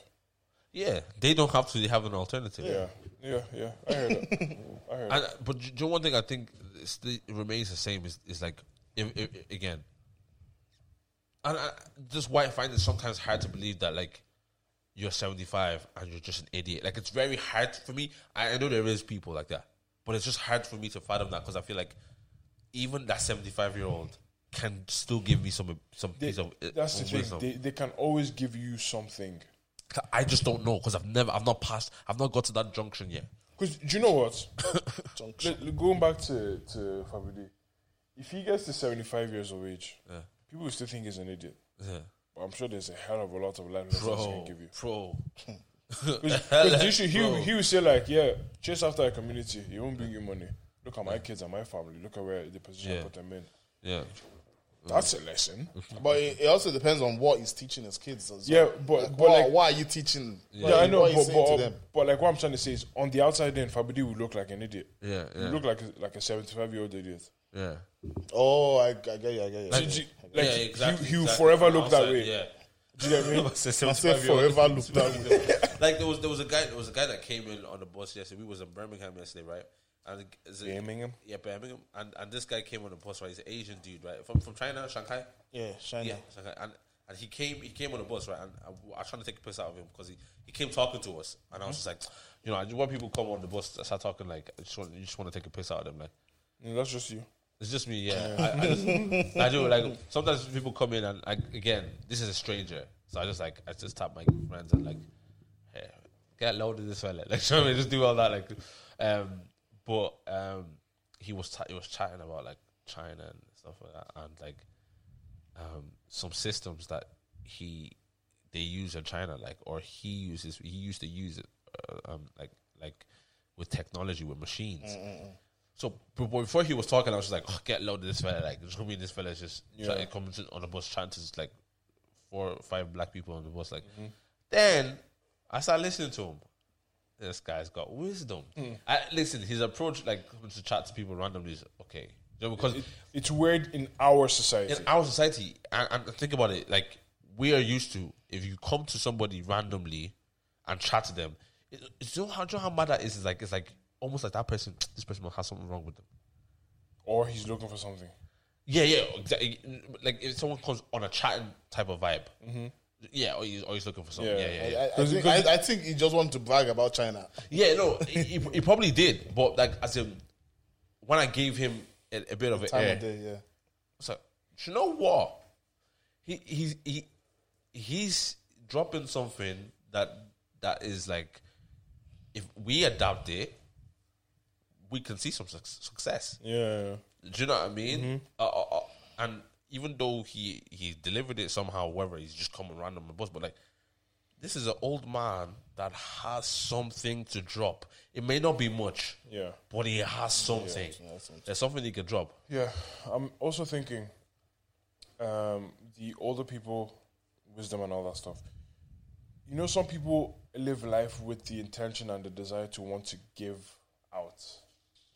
Yeah, they don't have to. They have an alternative.
Yeah, yeah, yeah. I heard that. I heard. That.
And but do you know one thing I think still remains the same is is like if, if, again, and uh, I, just why I find it sometimes hard to believe that like you're 75 and you're just an idiot. Like it's very hard for me. I, I know there is people like that, but it's just hard for me to fathom that because I feel like even that 75 year old can still give me some some piece of uh,
That's the thing.
wisdom.
They, they can always give you something.
I just don't know because I've never, I've not passed, I've not got to that junction yet.
Because do you know what?
Junction.
Let- let- going back to to Fabidi, if he gets to 75 years of age, people will still think he's an idiot.
Yeah.
But I'm sure there's a hell of a lot of life lessons he can
Bro,
give you.
bro,
Because the issue, he,
Bro.
he will say like, yeah, chase after a community. It won't bring you money. Look at my kids and my family. Look at where the position I
Yeah.
put them in.
yeah.
That's a lesson.
But it, it also depends on what he's teaching his kids. As
Yeah,
well.
but-
Like,
but
why,
like-
why are you teaching?
Yeah,
Like,
I know,
what are you
but,
saying to
but,
them?
but like what I'm trying to say is, on the outside in, Fabidi would look like an idiot.
Yeah,
He
yeah.
look like a, like a 75 year old idiot.
Yeah.
Oh, I, I get you. I get you.
Do you- do you- Like
yeah,
he-
exactly,
he, he will
exactly.
forever look that
Outside,
way.
Yeah.
Do you get me?
I said
I said
75-year-old.
forever looked at me.
like there was there was a guy there was a guy that came in on the bus yesterday. We was in Birmingham yesterday, right? And is it-
Birmingham?
yeah, Birmingham. And and this guy came on the bus, right? He's an Asian dude, right? From from China, Shanghai.
Yeah, China.
Yeah, Shanghai. and and he came he came on the bus, right? And I, I was trying to take a piss out of him because he, he came talking to us, and I was just
Mm-hmm.
like, you know, I just, when people come on the bus, I start talking like I just want, you just want to take a piss out of them, like.
No, that's just you.
It's just me, yeah. I, I, just, I do like sometimes people come in and like again, this is a stranger, so I just like I just tap my friends and like, hey, get loaded this fella, like show me, just do all that, like. Um, but um, he was ta- he was chatting about like China and stuff like that, and like um, some systems that he they use in China, like or he uses he used to use it, uh, um, like like with technology with machines. So b- but before he was talking, I was just like, oh, get loaded this fella, like just gonna be this fella's just trying, coming to- on the bus trying to just, like four or five black people on the bus, like. Then I started listening to him. This guy's got wisdom. I, listen, his approach, like coming to chat to people randomly, is okay. You know, because
It's weird in our society.
in our society, and, and think about it, like we are used to, if you come to somebody randomly and chat to them, it, it's, you, know how, you know how mad that is? It's like, it's like almost like that person, this person must have something wrong with them.
or he's looking for something.
Yeah, yeah, exactly. Like if someone comes on a chatting type of vibe, yeah, or he's always looking for something.
Yeah.
Yeah, yeah, yeah.
I, I, I, think, I, I think he just wanted to brag about China.
Yeah, no, he, he he probably did, but like as in when I gave him a, a bit of it,
Time of day, yeah.
so you know what? He he's he he's dropping something that that is like if we adapt it, we can see some suc success.
Yeah.
Do you know what I mean?
Mm-hmm.
Uh, uh, uh, and even though he he delivered it somehow, whether he's just coming random on the bus, but like this is an old man that has something to drop. It may not be much,
Yeah.
but he has something. There's something he could drop.
Yeah. I'm also thinking um, the older people, wisdom and all that stuff. You know, some people live life with the intention and the desire to want to give out.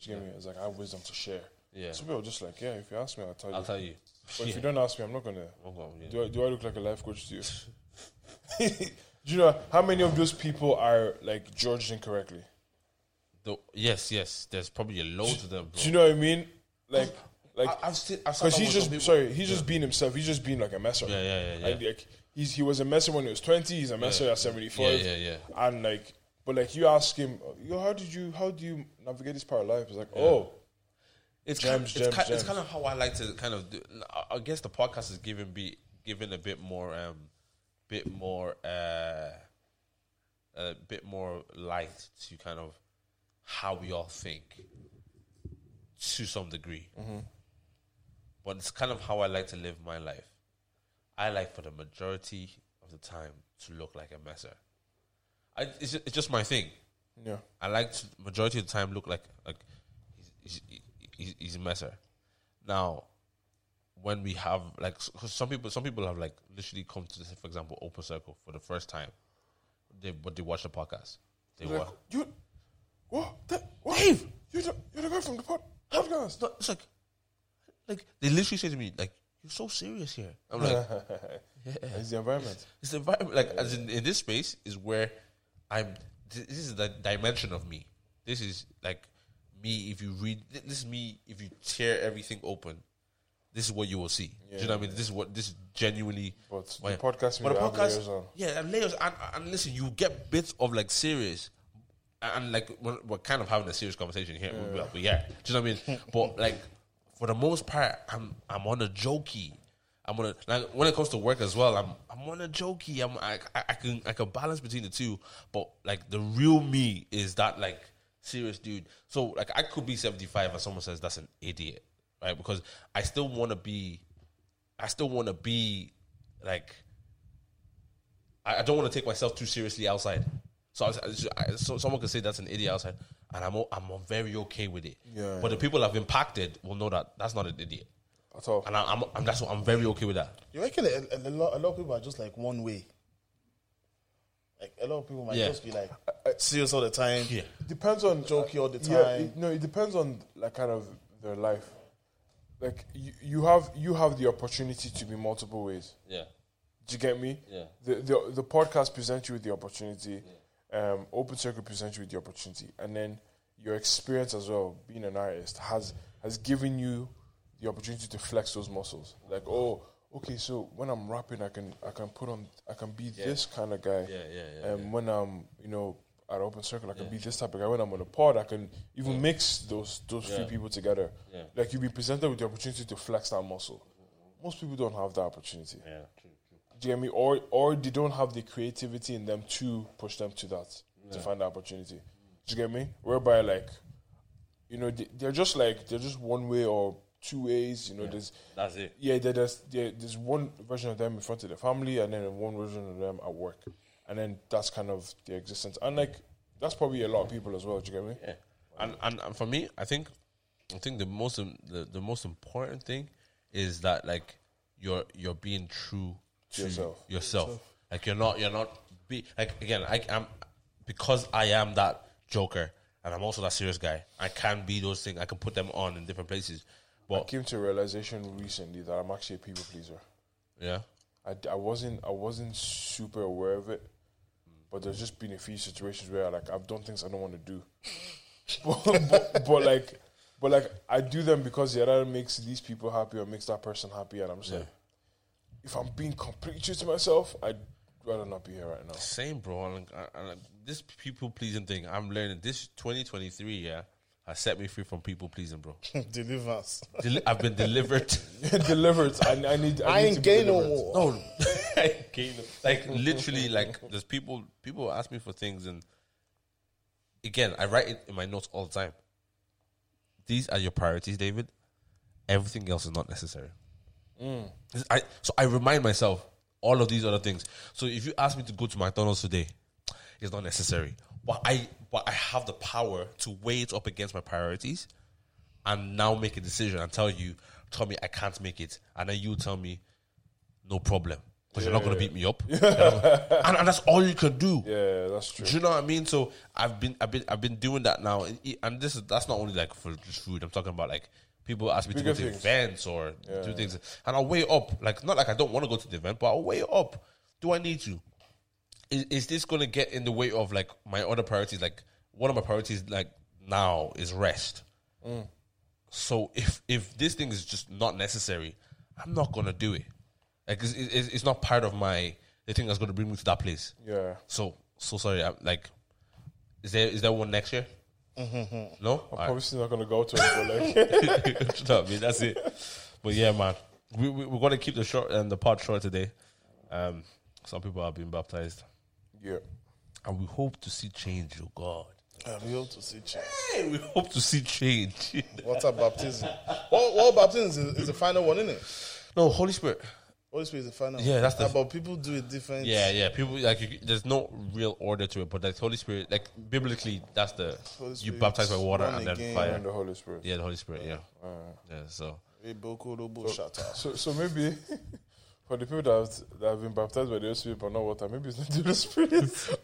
Do you get me? It's like, I have wisdom to share.
Yeah.
Some people are just like, yeah, if you ask me, I'll tell
I'll
you.
tell you.
But if you don't ask me, I'm not going to.
Oh, God, yeah.
Do I, do I look like a life coach to you? do you know how many of those people are like judged incorrectly?
The, yes, yes. There's probably a load to them. Bro.
Do you know what I mean? Like, like,
Um, I, I've seen. I've
because he's just sorry, he's just being himself. He's just being like a messer.
Yeah, yeah, yeah,
Like, like, he's he was a messer when he was twenty. He's a messer at seventy five.
Yeah, yeah,
And like, but like, you ask him, yo, how did you, how do you navigate this part of life? It's like, oh,
It's
Gems,
kind, it's,
gems,
kind,
gems.
it's kind of how I like to kind of. Do, I- I guess the podcast is giving be giving a bit more, um, bit more, uh, a bit more light to kind of how we all think to some degree.
Mm-hmm.
But it's kind of how I like to live my life. I like for the majority of the time to look like a messer. I, it's, ju- it's just my thing.
yeah,
I like to, majority of the time look like like he's he's, he's, he's a messer. Now, when we have like, 'cause some people some people have like literally come to this, for example, open circle for the first time. They but they watch the podcast. They
like,
watch.
you, what, that, what? Dave, you're the, you're the guy from the pod, podcast.
No, it's like, like they literally say to me like, "You're so serious here." I'm like,
It's the environment.
it's the environment like as in, in this space is where i'm th- this is the dimension of me this is like me if you read th- this is me if you tear everything open this is what you will see do you know what i mean this is what this is genuinely
But
my-
the podcast,
but
we
the
have
podcast
layers on.
yeah and layers and, and listen you get bits of like serious and and, like we're, we're kind of having a serious conversation here yeah. but yeah do you know what i mean but like for the most part i'm i'm on a jokey i'm on a like when it comes to work as well i'm i'm on a jokey i'm i, I, I can i can balance between the two but like the real me is that like serious dude so like i could be 75 and someone says that's an idiot right because i still want to be i still want to be like I, I don't want to take myself too seriously outside. So, I, was- I, was- I- so someone could say that's an idiot outside, and I'm o- I'm very okay with it.
Yeah.
But the people I've impacted will know that that's not an idiot,
At all.
and I, I'm, I'm that's what I'm very okay with that.
You reckon a, a, a lot, a lot of people are just like one way. Like a lot of people might
Yeah.
just be like serious all the time.
Yeah.
depends on
Jokey all the
Yeah,
time.
it- no, it depends on like kind of their life. Like you, you have you have the opportunity to be multiple ways.
Yeah.
Do Do you get me?
Yeah.
The the, the podcast presents you with the opportunity. Um, open circuit presents you with the opportunity, and then your experience as well, being an artist, has has given you the opportunity to flex those muscles. Like, oh, okay, so when I'm rapping, I can I can put on, I can be this kind of guy.
Yeah, yeah, yeah,
And when I'm, you know, at open circle, I can be this type of guy. When I'm on a pod, I can even mix those those few people together.
Yeah. Mm-hmm.
Like you've been presented with the opportunity to flex that muscle. Most people don't have that opportunity.
Yeah, true, true.
Do you get me? Or or they don't have the creativity in them to push them to that to find that opportunity. Do you get me? Whereby like, you know, they, they're just like they're just one way or two ways. You know, there's
That's it.
yeah, there- there's there, there's one version of them in front of the family, and then one version of them at work, and then that's kind of their existence. And like that's probably a lot of people as well. Do you get me?
Yeah. And, and and for me, I think I think the most im- the, the most important thing is that like you're you're being true to
Yourself.
yourself. Like you're not you're not be like again, I am because I am that joker and I'm also that serious guy. I can be those things. I can put them on in different places.
I
But
came to a realization recently that I'm actually a people pleaser.
yeah.
I, I wasn't I wasn't super aware of it, but there's just been a few situations where like I've done things I don't want to do, but, but, but like but like I do them because yeah, that makes these people happy or makes that person happy, and I'm just like, if I'm being completely true to myself, I'd rather not be here right now.
Same, bro. And, and, and this people pleasing thing, I'm learning this 2023 yeah has set me free from people pleasing, bro.
Deliverance.
Deli- I've been delivered.
delivered, I, I need.
I
need
ain't
to be
gay no
delivered.
more.
No, like literally, like there's people people ask me for things, and again, I write it in my notes all the time. These are your priorities, David. Everything else is not necessary. This- I so I remind myself all of these other things. So if you ask me to go to McDonald's today, it's not necessary. But I but I have the power to weigh it up against my priorities and now make a decision and tell you, Tommy, I can't make it. And then you tell me, no problem. Because you're not going to beat me up. and, and that's all you can do.
Yeah, that's true.
Do you know what I mean? So I've been, I've been, I've been doing that now, and, it- and this is that's not only like for just food. I'm talking about like people ask me to
Bigger
go to
things.
events or do things, and I'll weigh up. Like not like I don't want to go to the event, but I'll weigh up. Do I need to? Is, is this gonna get in the way of like my other priorities? Like one of my priorities, like now, is rest.
Mm.
So if if this thing is just not necessary, I'm not gonna do it. Like it's, it's, it's not part of my the thing that's gonna bring me to that place.
Yeah.
So so sorry. I'm like, is there is there one next year? no, Alright.
Obviously not gonna go to it, but like
You know what I mean? that's it. But yeah, man, we we we gotta keep the short and the part short today. Um, some people are being baptized,
yeah,
and we hope to see change. Oh God,
I'm real to see change.
hey, we hope to see change.
Water baptism. What, what baptism is, is the final one, isn't it?
no, Holy Spirit.
Holy Spirit is the final.
Yeah,
one.
that's the-
Nah, but people do it different.
Yeah, yeah. People like you, there's no real order to it, but like Holy Spirit, like biblically, that's the
Holy
you
Spirit,
baptize by water
born
and then
again.
fire.
and the Holy Spirit.
Yeah, the Holy Spirit. Yeah, yeah. So
Eboko Robo Shata.
So, so maybe for the people that have, that have been baptized by the Holy Spirit but not water, maybe it's not the Holy Spirit.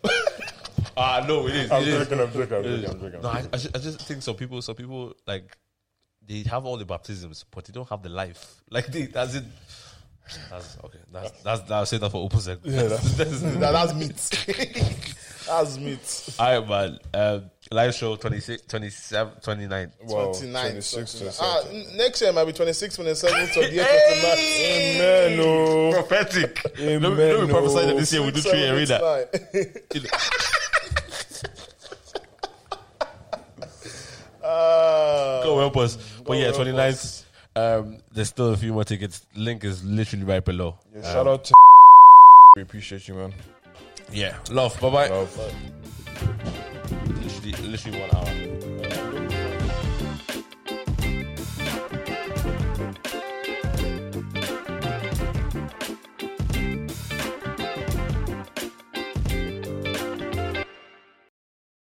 ah, no, it is.
I'm
it is.
joking, I'm joking, I'm joking, I'm joking.
No, I, I, just, I just think so. People, so people like they have all the baptisms, but they don't have the life. Like they, that's it. That's okay. That's that's that's say that for open sex. Yeah, that's,
Nah, that's meat. that's meat.
all right, man. Um, live show 26, 27, 29.
Wow,
29,
26,
29. Ah, n- next year might be 26, 27, 28, 29.
Amen, oh.
Prophetic.
Amen,
let, me, let me prophesy
oh.
that this year we do three and read that.
Ah,
God help us. But yeah,
help
29th. Um, there's still a few more tickets. Link is literally right below. Um,
Yeah, shout out to we appreciate you, man.
Yeah, love. Bye bye.
Love.
Literally, literally one hour.